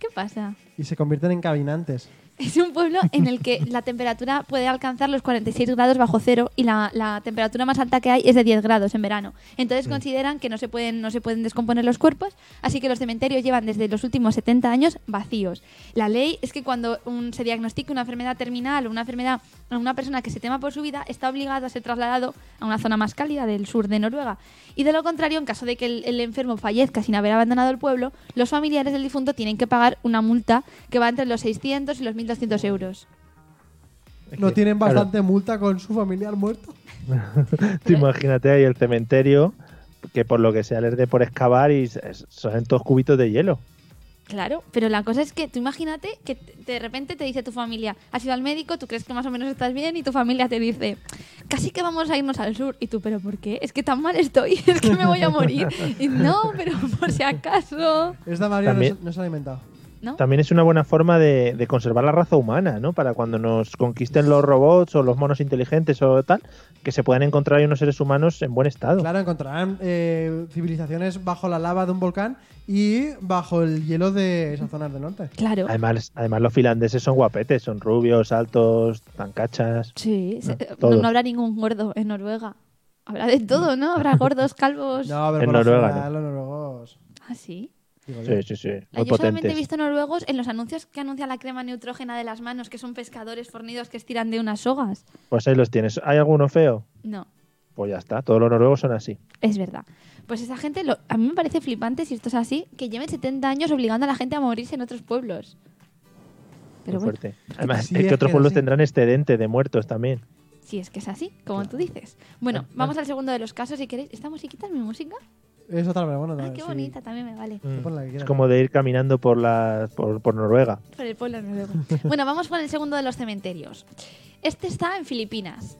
Speaker 4: ¿Qué pasa?
Speaker 3: Y se convierten en caminantes.
Speaker 4: Es un pueblo en el que la temperatura puede alcanzar los 46 grados bajo cero y la, la temperatura más alta que hay es de 10 grados en verano. Entonces consideran que no se, pueden, no se pueden descomponer los cuerpos, así que los cementerios llevan desde los últimos 70 años vacíos. La ley es que cuando un- se diagnostica una enfermedad terminal o una enfermedad a una persona que se tema por su vida, está obligado a ser trasladado a una zona más cálida del sur de Noruega. Y de lo contrario, en caso de que el, el enfermo fallezca sin haber abandonado el pueblo, los familiares del difunto tienen que pagar una multa que va entre los 600 y los 1.200 euros.
Speaker 3: ¿No tienen
Speaker 1: Claro.
Speaker 3: bastante multa con su familiar muerto?
Speaker 1: Tú imagínate ahí el cementerio que por lo que sea les dé por excavar y s- s- salen todos cubitos de hielo.
Speaker 4: Claro, pero la cosa es que tú imagínate que t- de repente te dice tu familia, has ido al médico, tú crees que más o menos estás bien y tu familia te dice, casi que vamos a irnos al sur. Y tú, ¿pero por qué? Es que tan mal estoy, es que me voy a morir. Y no, pero por si acaso.
Speaker 3: Esta Mario no
Speaker 1: También-
Speaker 3: se- no se la ha inventado.
Speaker 4: ¿No?
Speaker 1: También es una buena forma de, de conservar la raza humana, ¿no? Para cuando nos conquisten los robots o los monos inteligentes o tal, que se puedan encontrar ahí unos seres humanos en buen estado.
Speaker 3: Claro, encontrarán eh, civilizaciones bajo la lava de un volcán y bajo el hielo de esas zonas del norte.
Speaker 4: Claro.
Speaker 1: Además, además los finlandeses son guapetes, son rubios, altos, tancachas.
Speaker 4: Sí, se- no,
Speaker 1: todos.
Speaker 4: no habrá ningún gordo en Noruega. Habrá de todo, ¿no? Habrá gordos, calvos.
Speaker 3: No, pero
Speaker 1: En
Speaker 3: por lo
Speaker 1: Noruega,
Speaker 3: general, los noruegos.
Speaker 4: Ah, sí.
Speaker 3: digo yo.
Speaker 1: Sí, sí, sí. Muy
Speaker 4: yo solamente he
Speaker 1: potentes.
Speaker 4: visto noruegos en los anuncios que anuncia la crema neutrógena de las manos, que son pescadores fornidos que estiran de unas sogas.
Speaker 1: Pues ahí los tienes. ¿Hay alguno feo?
Speaker 4: No,
Speaker 1: Pues ya está. Todos los noruegos son así.
Speaker 4: es verdad. Pues esa gente, lo- a mí me parece flipante, si esto es así, que lleven 70 años obligando a la gente a morirse en otros pueblos. Pero
Speaker 1: Muy
Speaker 4: bueno,
Speaker 1: fuerte. Además,
Speaker 3: Sí,
Speaker 1: es
Speaker 3: es
Speaker 1: que otros
Speaker 3: que
Speaker 1: pueblos
Speaker 3: sí.
Speaker 1: tendrán excedente de muertos también.
Speaker 4: si es que es así, como tú dices. Bueno, vamos al segundo de los casos, si queréis. ¿Esta musiquita es mi música?
Speaker 3: Es otra, pero bueno,
Speaker 4: Ah,
Speaker 3: tal,
Speaker 4: qué
Speaker 3: sí.
Speaker 4: bonita, también me vale.
Speaker 3: Tú pon la que
Speaker 1: Mm. Es
Speaker 3: quieras.
Speaker 1: como de ir caminando por, la, por, por Noruega.
Speaker 4: Por el pueblo noruego. bueno, vamos con el segundo de los cementerios. Este está en Filipinas.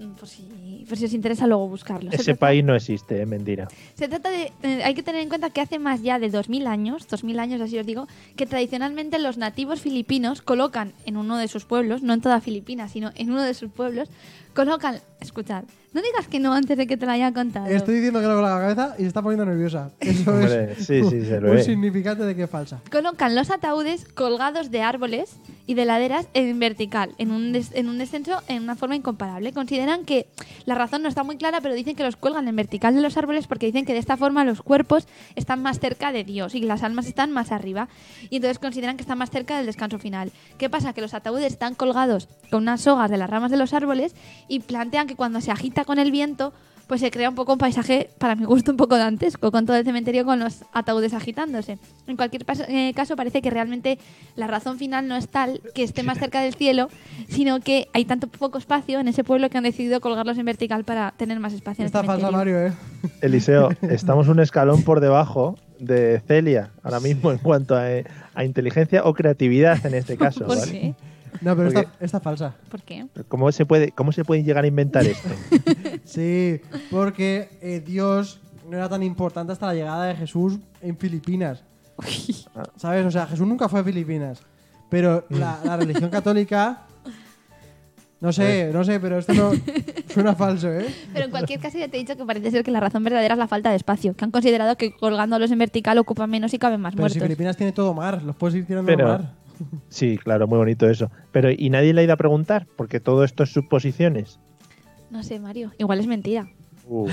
Speaker 4: Mm, Por si, por si os interesa luego buscarlo. Se
Speaker 1: Ese
Speaker 4: trata-
Speaker 1: país no existe, es mentira.
Speaker 4: Se trata de. eh, hay que tener en cuenta que hace más ya de 2000 años, 2000 años así os digo, que tradicionalmente los nativos filipinos colocan en uno de sus pueblos, no en toda Filipinas, sino en uno de sus pueblos, colocan. Escuchad, no digas que no antes de que te lo haya contado.
Speaker 3: Estoy diciendo que lo con la cabeza y se está poniendo nerviosa. Eso
Speaker 1: Hombre,
Speaker 3: es
Speaker 1: sí, sí, se lo
Speaker 3: un
Speaker 1: ve.
Speaker 3: significante de que es falsa.
Speaker 4: Colocan los ataúdes colgados de árboles y de laderas en vertical, en un, des- en un descenso en una forma incomparable. Consideran que la razón no está muy clara, pero dicen que los cuelgan en vertical de los árboles porque dicen que de esta forma los cuerpos están más cerca de Dios y que las almas están más arriba. Y entonces consideran que están más cerca del descanso final. ¿Qué pasa? Que los ataúdes están colgados con unas sogas de las ramas de los árboles y plantean que cuando se agita con el viento, pues se crea un poco un paisaje, para mi gusto, un poco dantesco, con todo el cementerio con los ataúdes agitándose. En cualquier pas- eh, caso, parece que realmente la razón final no es tal que esté más cerca del cielo, sino que hay tanto poco espacio en ese pueblo que han decidido colgarlos en vertical para tener más espacio en este el
Speaker 3: Está falsa,
Speaker 4: cementerio.
Speaker 3: Mario, ¿eh?
Speaker 1: Eliseo, estamos un escalón por debajo de Celia ahora mismo en cuanto a, eh, a inteligencia o creatividad en este caso.
Speaker 4: ¿Por
Speaker 1: ¿vale?
Speaker 4: qué?
Speaker 3: No, pero esta,
Speaker 1: Porque-
Speaker 3: esta es falsa.
Speaker 4: ¿Por qué?
Speaker 1: ¿Cómo se puede cómo se puede llegar a inventar esto?
Speaker 3: Sí, porque eh, Dios no era tan importante hasta la llegada de Jesús en Filipinas. ¿Sabes? O sea, Jesús nunca fue a Filipinas. Pero la, la religión católica. No
Speaker 1: Pues
Speaker 3: sé, no sé, pero esto no suena falso, ¿eh?
Speaker 4: Pero en cualquier caso ya te he dicho que parece ser que la razón verdadera es la falta de espacio, que han considerado que colgándolos en vertical ocupa menos y caben más
Speaker 3: Pero si
Speaker 4: muertos.
Speaker 3: Filipinas tiene todo mar, los puedes ir tirando
Speaker 1: Pero-
Speaker 3: al mar.
Speaker 1: Sí, claro, muy bonito eso. Pero y nadie le ha ido a preguntar porque todo esto es suposiciones.
Speaker 4: No sé, Mario. Igual es mentira.
Speaker 1: Uh,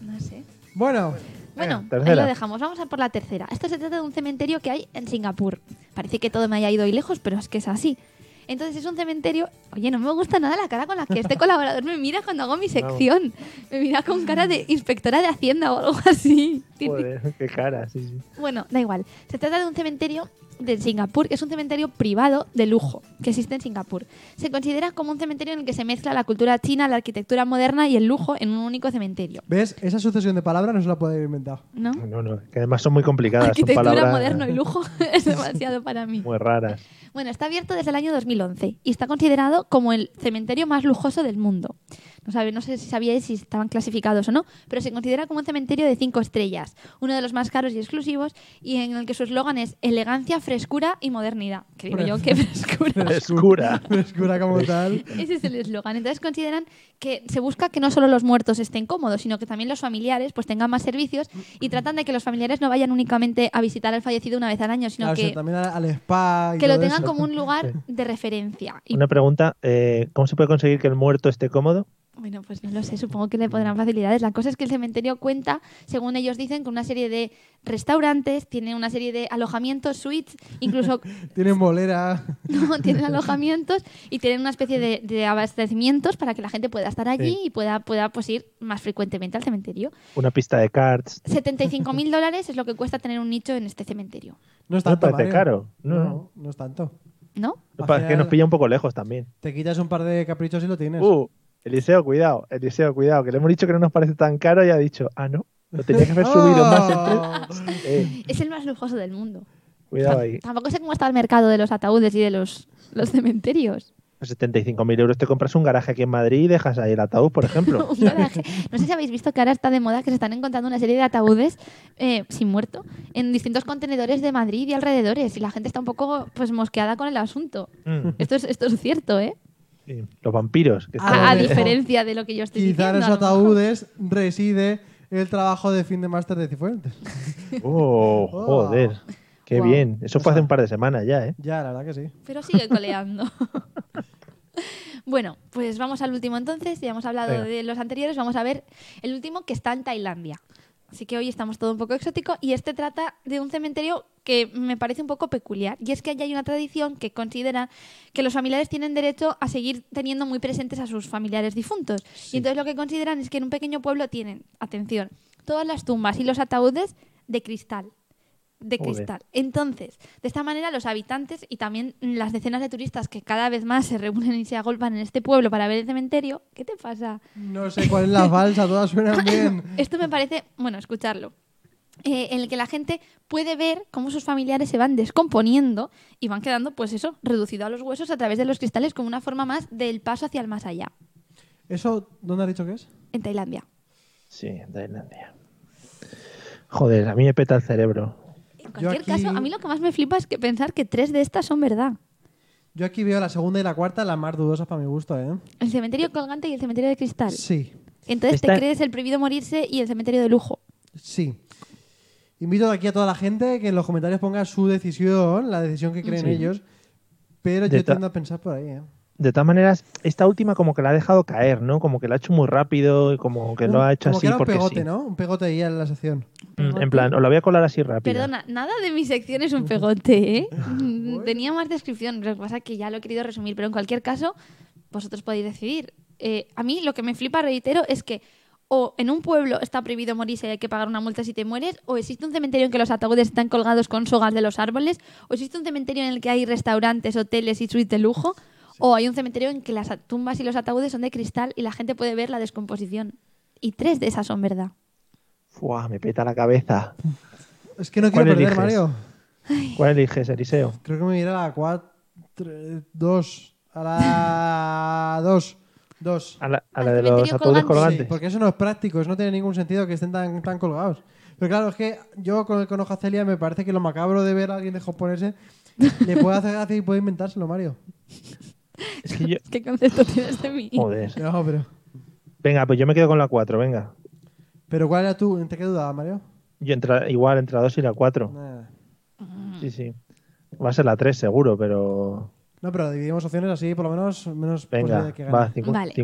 Speaker 4: No sé.
Speaker 3: Bueno,
Speaker 4: Bueno, ahí
Speaker 1: tercera.
Speaker 4: lo dejamos. Vamos a por la tercera. Esto se trata de un cementerio que hay en Singapur. Parece que todo me haya ido hoy lejos, pero es que es así. Entonces es un cementerio... Oye, no me gusta nada la cara con la que este colaborador me mira cuando hago mi sección. Me mira con cara de inspectora de Hacienda o algo así.
Speaker 1: Mm. joder, qué cara, sí, sí.
Speaker 4: Bueno, da igual. Se trata de un cementerio de Singapur, que es un cementerio privado de lujo que existe en Singapur. Se considera como un cementerio en el que se mezcla la cultura china, la arquitectura moderna y el lujo en un único cementerio.
Speaker 3: ¿ves? Esa sucesión de palabras no se la puede haber inventado.
Speaker 4: ¿No?
Speaker 1: No, no, que además son muy complicadas, son
Speaker 4: Arquitectura,
Speaker 1: palabras
Speaker 4: moderno y lujo es demasiado para mí.
Speaker 1: muy raras.
Speaker 4: Bueno, está abierto desde el año 2011 y está considerado como el cementerio más lujoso del mundo. No, sabe, no sé si sabíais si estaban clasificados o no, pero se considera como un cementerio de cinco estrellas, uno de los más caros y exclusivos, y en el que su eslogan es elegancia, frescura y modernidad. Que digo yo, que frescura.
Speaker 1: Frescura.
Speaker 3: Frescura como tal.
Speaker 4: Ese es el eslogan. Entonces consideran que se busca que no solo los muertos estén cómodos, sino que también los familiares pues tengan más servicios y tratan de que los familiares no vayan únicamente a visitar al fallecido una vez al año, sino
Speaker 3: Claro, o sea,
Speaker 4: que,
Speaker 3: también al, al spa y
Speaker 4: que lo
Speaker 3: todo
Speaker 4: tengan
Speaker 3: eso.
Speaker 4: como un lugar de referencia. Y
Speaker 1: Una pregunta, eh, ¿cómo se puede conseguir que el muerto esté cómodo?
Speaker 4: Bueno, pues no lo sé, supongo que le podrán facilidades. La cosa es que el cementerio cuenta, según ellos dicen, con una serie de restaurantes, tiene una serie de alojamientos, suites, incluso
Speaker 3: Tienen bolera.
Speaker 4: no, tienen alojamientos y tienen una especie de, de abastecimientos para que la gente pueda estar allí
Speaker 1: Sí.
Speaker 4: y pueda, pueda pues, ir más frecuentemente al cementerio.
Speaker 1: Una pista de cards.
Speaker 4: 75 mil dólares es lo que cuesta tener un nicho en este cementerio,
Speaker 3: No es
Speaker 1: No
Speaker 3: tanto,
Speaker 1: parece
Speaker 3: Mario.
Speaker 1: caro. No, no.
Speaker 3: No, no es tanto.
Speaker 1: Lo
Speaker 4: ¿no?
Speaker 3: Al
Speaker 1: que pasa es que nos
Speaker 3: final-
Speaker 1: pilla un poco lejos también.
Speaker 3: Te quitas un par de caprichos y lo tienes.
Speaker 1: Uh, Eliseo, cuidado, Eliseo, cuidado, que le hemos dicho que no nos parece tan caro y ha dicho, ah, no, lo tenía que haber subido más en
Speaker 3: Oh.
Speaker 1: tres. Eh,
Speaker 4: Es el más lujoso del mundo.
Speaker 1: cuidado ahí.
Speaker 4: Tampoco sé cómo está el mercado de los ataúdes y de los, los cementerios.
Speaker 1: Por 75.000 euros te compras un garaje aquí en Madrid y dejas ahí el ataúd, por ejemplo.
Speaker 4: un garaje. No sé si habéis visto que ahora está de moda que se están encontrando una serie de ataúdes eh, sin muerto en distintos contenedores de Madrid y alrededores y la gente está un poco pues mosqueada con el asunto.
Speaker 1: Mm,
Speaker 4: Esto es, esto es cierto, ¿eh?
Speaker 1: sí, Los vampiros. Que
Speaker 3: Ah,
Speaker 1: están-
Speaker 4: A, a
Speaker 3: vale.
Speaker 4: diferencia de lo que yo estoy
Speaker 3: Quizá en
Speaker 4: diciendo.
Speaker 3: los
Speaker 4: a lo mejor.
Speaker 3: ataúdes reside el trabajo de fin de máster de Cifuentes.
Speaker 1: Oh,
Speaker 3: Oh.
Speaker 1: joder. Qué
Speaker 3: Wow.
Speaker 1: bien. Eso fue
Speaker 3: O sea-
Speaker 1: hace un par de semanas ya, ¿eh?
Speaker 3: Ya, la verdad que sí.
Speaker 4: Pero sigue coleando. bueno, pues vamos al último entonces. Ya hemos hablado
Speaker 1: Venga.
Speaker 4: de los anteriores. Vamos a ver el último que está en Tailandia. Así que hoy estamos todo un poco exótico y este trata de un cementerio que me parece un poco peculiar. Y es que allí hay una tradición que considera que los familiares tienen derecho a seguir teniendo muy presentes a sus familiares difuntos. Y entonces lo que consideran es que en un pequeño pueblo tienen, atención, todas las tumbas y los ataúdes de cristal de
Speaker 1: Joder.
Speaker 4: cristal. Entonces, de esta manera los habitantes y también las decenas de turistas que cada vez más se reúnen y se agolpan en este pueblo para ver el cementerio, ¿qué te pasa?
Speaker 3: No sé cuál es la falsa, todas suenan bien.
Speaker 4: Esto me parece, bueno, escucharlo. eh, en el que la gente puede ver cómo sus familiares se van descomponiendo y van quedando, pues eso, reducido a los huesos a través de los cristales como una forma más del paso hacia el más allá,
Speaker 3: ¿Eso dónde has dicho que es?
Speaker 4: en Tailandia.
Speaker 1: Sí, en Tailandia. Joder, a mí me peta el cerebro.
Speaker 4: En cualquier
Speaker 3: aquí-
Speaker 4: caso, a mí lo que más me flipa es que pensar que tres de estas son verdad.
Speaker 3: Yo aquí veo la segunda y la cuarta, las más dudosas para mi gusto, ¿eh?
Speaker 4: El cementerio colgante y el cementerio de cristal.
Speaker 3: Sí,
Speaker 4: Entonces te
Speaker 1: Está-
Speaker 4: crees el prohibido morirse y el cementerio de lujo.
Speaker 3: sí. Invito aquí a toda la gente que en los comentarios ponga su decisión, la decisión que creen ellos. Pero
Speaker 1: De
Speaker 3: yo
Speaker 1: ta-
Speaker 3: tiendo a pensar por ahí, ¿eh?
Speaker 1: De todas maneras, esta última como que la ha dejado caer, ¿no? Como que la ha hecho muy rápido y como que lo
Speaker 3: Un-
Speaker 1: ha hecho
Speaker 3: como
Speaker 1: así
Speaker 3: que era un
Speaker 1: porque
Speaker 3: pegote,
Speaker 1: sí.
Speaker 3: ¿no? Un pegote ahí en la sección.
Speaker 1: Mm, En plan, o la voy a colar así rápido.
Speaker 4: Perdona, nada de mi sección es un pegote, ¿eh? Mm, Tenía más descripción, lo que pasa es que ya lo he querido resumir, pero en cualquier caso, vosotros podéis decidir. Eh, a mí lo que me flipa, reitero, es que o en un pueblo está prohibido morirse y hay que pagar una multa si te mueres, o existe un cementerio en que los ataúdes están colgados con sogas de los árboles, o existe un cementerio en el que hay restaurantes, hoteles y suites de lujo, o hay un cementerio en que las a- tumbas y los ataúdes son de cristal y la gente puede ver la descomposición. Y tres de esas son verdad.
Speaker 1: Fua, me peta la cabeza.
Speaker 3: Es que no
Speaker 1: ¿Cuál
Speaker 3: quiero
Speaker 1: eliges?
Speaker 3: perder, Mario.
Speaker 1: ¿Cuál eliges, Eliseo?
Speaker 3: Creo que me iré a la 4. 2. A la 2. 2.
Speaker 1: A la, a
Speaker 4: Al
Speaker 1: la de los
Speaker 4: cementerio
Speaker 1: ataúdes
Speaker 4: colgante.
Speaker 1: colgantes.
Speaker 3: porque eso no es práctico, eso no tiene ningún sentido que estén tan, tan colgados. Pero claro, es que yo con el conojo a Celia me parece que lo macabro de ver a alguien descomponerse le puede hacer gracia y puede inventárselo, Mario.
Speaker 1: Es que yo-
Speaker 4: ¿Qué concepto este tienes de mí?
Speaker 1: Joder.
Speaker 3: No, pero.
Speaker 1: Venga, pues yo me quedo con la 4, venga.
Speaker 3: Pero ¿cuál era tú? ¿Te qué dudaba, Mario?
Speaker 1: Yo entre- igual entre la 2 y la 4.
Speaker 3: Nada.
Speaker 4: Mm.
Speaker 1: Sí, sí. Va a ser la 3 seguro, pero...
Speaker 3: No, pero dividimos opciones así, por lo menos menos
Speaker 1: Venga,
Speaker 3: posibilidad Pues de que gane.
Speaker 1: va, cincu-
Speaker 4: Vale.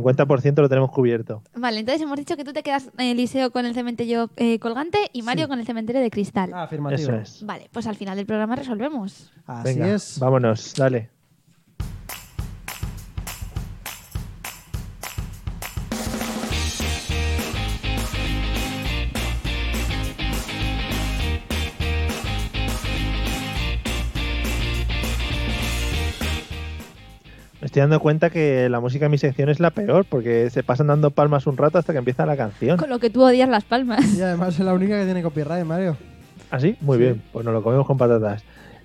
Speaker 1: 50% lo tenemos cubierto.
Speaker 4: Vale, entonces hemos dicho que tú te quedas, eh, Eliseo, con el cementerio eh, colgante y Mario con el cementerio de cristal.
Speaker 3: Ah, afirmativo.
Speaker 1: Eso es.
Speaker 4: Vale, pues al final del programa resolvemos.
Speaker 3: Así
Speaker 1: Venga,
Speaker 3: es.
Speaker 1: vámonos, dale. Me estoy dando cuenta que la música en mi sección es la peor, porque se pasan dando palmas un rato hasta que empieza la
Speaker 3: Ah.
Speaker 1: canción.
Speaker 4: Con lo que tú odias las palmas.
Speaker 3: Y además es la única que tiene copyright, Mario.
Speaker 1: ¿Ah, sí? Muy bien, pues nos lo comemos con patatas.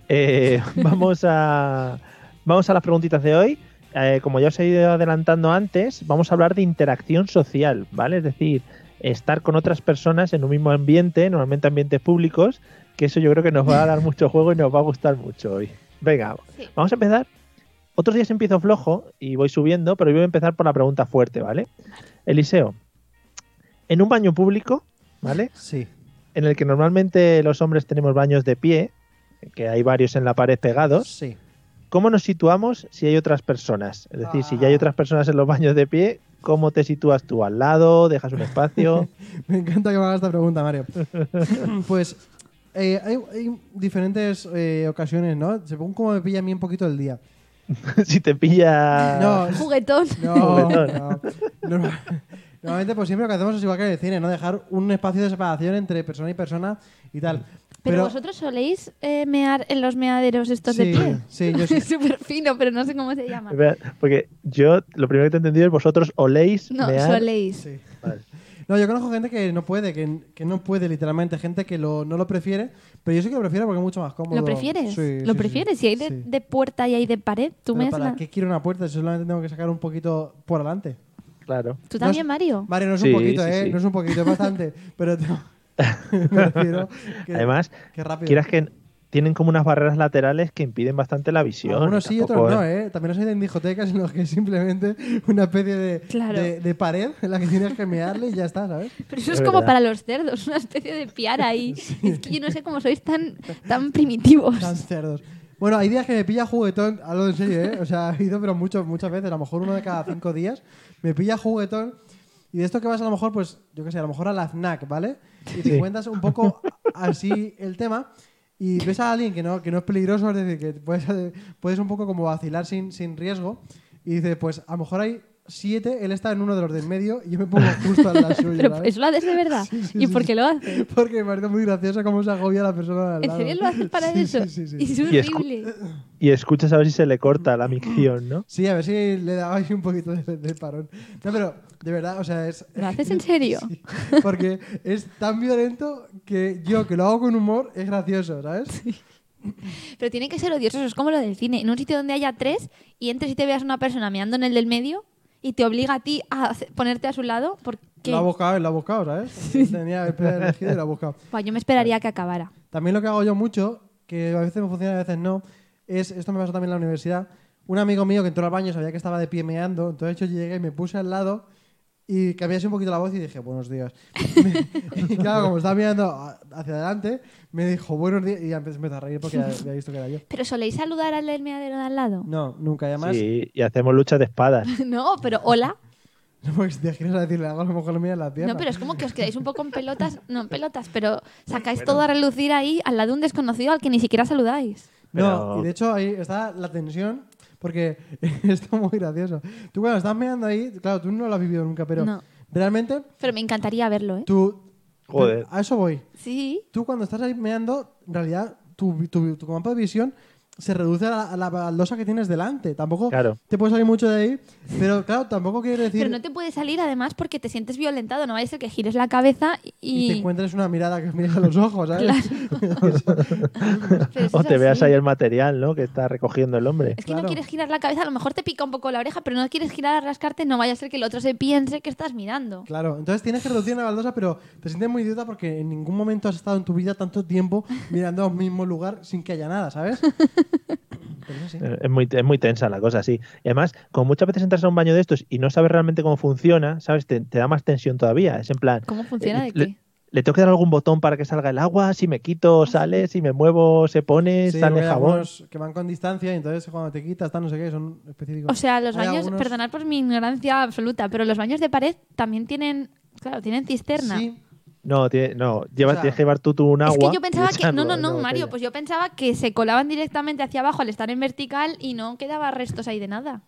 Speaker 1: Eh, vamos, a, vamos a las preguntitas de hoy. Eh, como ya os he ido adelantando antes, vamos a hablar de interacción social, ¿vale? Es decir, estar con otras personas en un mismo ambiente, normalmente ambientes públicos, que eso yo creo que nos va a dar mucho juego y nos va a gustar mucho hoy. Venga,
Speaker 4: Sí.
Speaker 1: vamos a empezar. Otros días empiezo flojo y voy subiendo, pero yo voy a empezar por la pregunta fuerte, ¿vale? Eliseo, en un baño público, ¿vale?
Speaker 3: Sí.
Speaker 1: en el que normalmente los hombres tenemos baños de pie, que hay varios en la pared pegados,
Speaker 3: Sí.
Speaker 1: ¿cómo nos situamos si hay otras personas? Es decir, si ya hay
Speaker 3: Ah.
Speaker 1: otras personas en los baños de pie, ¿cómo te sitúas tú? ¿Al lado? ¿Dejas un espacio?
Speaker 3: Me encanta que me hagas esta pregunta, Mario. pues eh, hay, hay diferentes eh, ocasiones, ¿no? Según cómo me pilla a mí un poquito el día.
Speaker 1: si te pilla...
Speaker 3: No,
Speaker 4: Juguetón.
Speaker 3: no,
Speaker 1: Ah. Juguetón.
Speaker 3: no. Normal- Normalmente, pues siempre lo que hacemos es igual que en el cine, ¿no? Dejar un espacio de separación entre persona y persona y tal.
Speaker 4: Pero, vosotros soléis eh, mear en los meaderos estos de
Speaker 3: Sí,
Speaker 4: pie.
Speaker 3: sí, yo sí.
Speaker 4: Es súper fino, pero no sé cómo se llama.
Speaker 1: Espera, Porque yo lo primero que te he entendido es vosotros oléis,
Speaker 4: No,
Speaker 1: mear-
Speaker 4: soléis.
Speaker 3: Sí.
Speaker 1: Vale.
Speaker 3: No, yo conozco gente que no puede, que, que no puede literalmente, gente que lo, no lo prefiere, pero yo sí que lo prefiero porque es mucho más cómodo.
Speaker 4: ¿Lo prefieres?
Speaker 3: Sí,
Speaker 4: ¿Lo
Speaker 3: sí,
Speaker 4: prefieres?
Speaker 3: sí.
Speaker 4: Si hay de,
Speaker 3: Sí.
Speaker 4: de puerta y hay de pared, tú
Speaker 3: Pero
Speaker 4: meas en
Speaker 3: ¿Para
Speaker 4: la-
Speaker 3: qué quiero una puerta? Solamente tengo que sacar un poquito por adelante.
Speaker 1: Claro.
Speaker 4: Tú
Speaker 3: No
Speaker 4: también,
Speaker 3: es-
Speaker 4: Mario.
Speaker 3: Mario, no es
Speaker 1: Sí,
Speaker 3: un poquito,
Speaker 1: sí,
Speaker 3: ¿eh?
Speaker 1: sí.
Speaker 3: No es un poquito, es bastante. pero te- me refiero que-
Speaker 1: Además,
Speaker 3: que rápido.
Speaker 1: quieras que... Tienen como unas barreras laterales que impiden bastante la visión.
Speaker 3: Algunos sí,
Speaker 1: Tampoco
Speaker 3: otros no,
Speaker 1: es-
Speaker 3: ¿eh? También los hay en discotecas en los que es simplemente una especie de,
Speaker 4: Claro.
Speaker 3: de, de pared en la que tienes que mearle y ya está, ¿sabes?
Speaker 4: Pero eso
Speaker 1: Es
Speaker 4: es, como
Speaker 1: verdad.
Speaker 4: para los cerdos, una especie de piara ahí. Es que yo no sé cómo sois tan, tan primitivos.
Speaker 3: Tan cerdos. Bueno, hay días que me pilla juguetón, hablo en serio, ¿eh? O sea, he ido, pero mucho- muchas veces, a lo mejor uno de cada cinco días, me pilla juguetón. Y de esto que vas a lo mejor, pues, yo qué sé, a lo mejor a la FNAC, ¿vale? Y te
Speaker 1: Sí.
Speaker 3: cuentas un poco así el tema y ves a alguien que no, que no es peligroso, es decir, que puedes, puedes un poco como vacilar sin, sin riesgo. Y dices, pues, a lo mejor hay siete, él está en uno de los del medio y yo me pongo justo al lado suyo,
Speaker 4: Pero
Speaker 3: ¿vale?
Speaker 4: eso lo haces de verdad.
Speaker 3: sí, sí,
Speaker 4: ¿Y por
Speaker 3: sí.
Speaker 4: qué lo haces?
Speaker 3: Porque me parece muy gracioso cómo se agobia la persona de al
Speaker 4: ¿En
Speaker 3: lado.
Speaker 4: serio lo haces para
Speaker 3: Sí,
Speaker 4: eso?
Speaker 3: sí, sí, sí.
Speaker 4: Es
Speaker 1: Y escu-
Speaker 4: horrible.
Speaker 1: Y escuchas a ver si se le corta
Speaker 3: Mm.
Speaker 1: la micción, ¿no?
Speaker 3: Sí, a ver si le dabais un poquito de, de parón. No, pero de verdad, o sea, es.
Speaker 4: ¿Lo haces en serio?
Speaker 3: Sí, porque es tan violento que yo, que lo hago con humor, es gracioso, ¿sabes?
Speaker 4: Pero tiene que ser odioso, eso es como lo del cine. En un sitio donde haya tres y entres y te veas una persona meando en el del medio y te obliga a ti a hace- ponerte a su lado, porque
Speaker 3: Lo ha buscado, lo ha buscado, ¿sabes? Tenía el plan elegido y lo ha buscado.
Speaker 4: Buah, yo me esperaría que acabara.
Speaker 3: También lo que hago yo mucho, que a veces me funciona y a veces no, es, esto me pasó también en la universidad, un amigo mío que entró al baño sabía que estaba de pie meando, entonces yo llegué y me puse al lado y cambié así un poquito la voz y dije, buenos días. y claro, como estaba mirando a- hacia adelante, me dijo, buenos días, y ya empecé empecé a reír porque ya había visto que era yo.
Speaker 4: Pero soléis saludar al del meadero de al lado.
Speaker 3: No, nunca, y además,
Speaker 1: Sí, y hacemos lucha de espadas.
Speaker 4: No, pero hola.
Speaker 3: porque si te giras a decirle algo, a lo mejor le miras la pierna.
Speaker 4: No, pero es como que os quedáis un poco en pelotas, no en pelotas, pero sacáis todo a relucir ahí al lado de un desconocido al que ni siquiera saludáis.
Speaker 3: No,
Speaker 1: Pero-
Speaker 3: y de hecho ahí está la tensión porque está muy gracioso. Tú cuando estás meando ahí, claro, tú no lo has vivido nunca, pero
Speaker 4: No.
Speaker 3: realmente
Speaker 4: Pero me encantaría verlo, ¿eh?
Speaker 3: Tú.
Speaker 1: Joder.
Speaker 3: A eso voy.
Speaker 4: Sí.
Speaker 3: Tú cuando estás ahí meando, en realidad, tu, tu, tu campo de visión se reduce a la, a la baldosa que tienes delante. Tampoco
Speaker 1: Claro.
Speaker 3: te puede salir mucho de ahí, pero claro, tampoco quiere decir
Speaker 4: Pero no te puede salir además porque te sientes violentado. No vaya a ser que gires la cabeza
Speaker 3: y te
Speaker 4: y...
Speaker 3: encuentres una mirada que os mires a los ojos, ¿sabes?
Speaker 4: Pero eso
Speaker 1: O
Speaker 4: es
Speaker 1: te veas
Speaker 4: así.
Speaker 1: ahí el material, ¿no? Que está recogiendo el hombre.
Speaker 4: Es que
Speaker 3: Claro.
Speaker 4: no quieres girar la cabeza, a lo mejor te pica un poco la oreja, pero no quieres girar a rascarte, no vaya a ser que el otro se piense que estás mirando.
Speaker 3: Claro, entonces tienes que reducir una baldosa, pero te sientes muy idiota porque en ningún momento has estado en tu vida tanto tiempo mirando al mismo lugar sin que haya nada, ¿sabes? Pero es así.
Speaker 1: Eh, Es muy, es muy tensa la cosa, sí. Y además, como muchas veces entras a un baño de estos y no sabes realmente cómo funciona, ¿sabes? Te, te da más tensión todavía. Es en plan,
Speaker 4: ¿Cómo funciona?
Speaker 1: eh,
Speaker 4: ¿De
Speaker 1: le-
Speaker 4: qué?
Speaker 1: ¿le tengo que dar algún botón para que salga el agua? Si me
Speaker 4: Ah,
Speaker 1: quito, sale. Si me muevo, se pone,
Speaker 3: Sí,
Speaker 1: sale
Speaker 3: luego
Speaker 1: el
Speaker 3: hay
Speaker 1: jabón.
Speaker 3: algunos que van con distancia y entonces cuando te quitas, tal, no sé qué, son específicos.
Speaker 4: O sea, los
Speaker 3: Hay
Speaker 4: baños,
Speaker 3: algunos-
Speaker 4: perdonad por mi ignorancia absoluta, pero los baños de pared también tienen, claro, tienen cisterna.
Speaker 3: Sí,
Speaker 1: No, tiene- no lleva-
Speaker 3: O sea,
Speaker 1: tienes que llevar tú, tú un agua.
Speaker 4: es que yo
Speaker 1: y
Speaker 4: pensaba que.
Speaker 1: echarlo
Speaker 4: No, no,
Speaker 1: en
Speaker 4: no,
Speaker 1: una
Speaker 4: Mario,
Speaker 1: botella.
Speaker 4: pues yo pensaba que se colaban directamente hacia abajo al estar en vertical y no quedaba restos ahí de nada.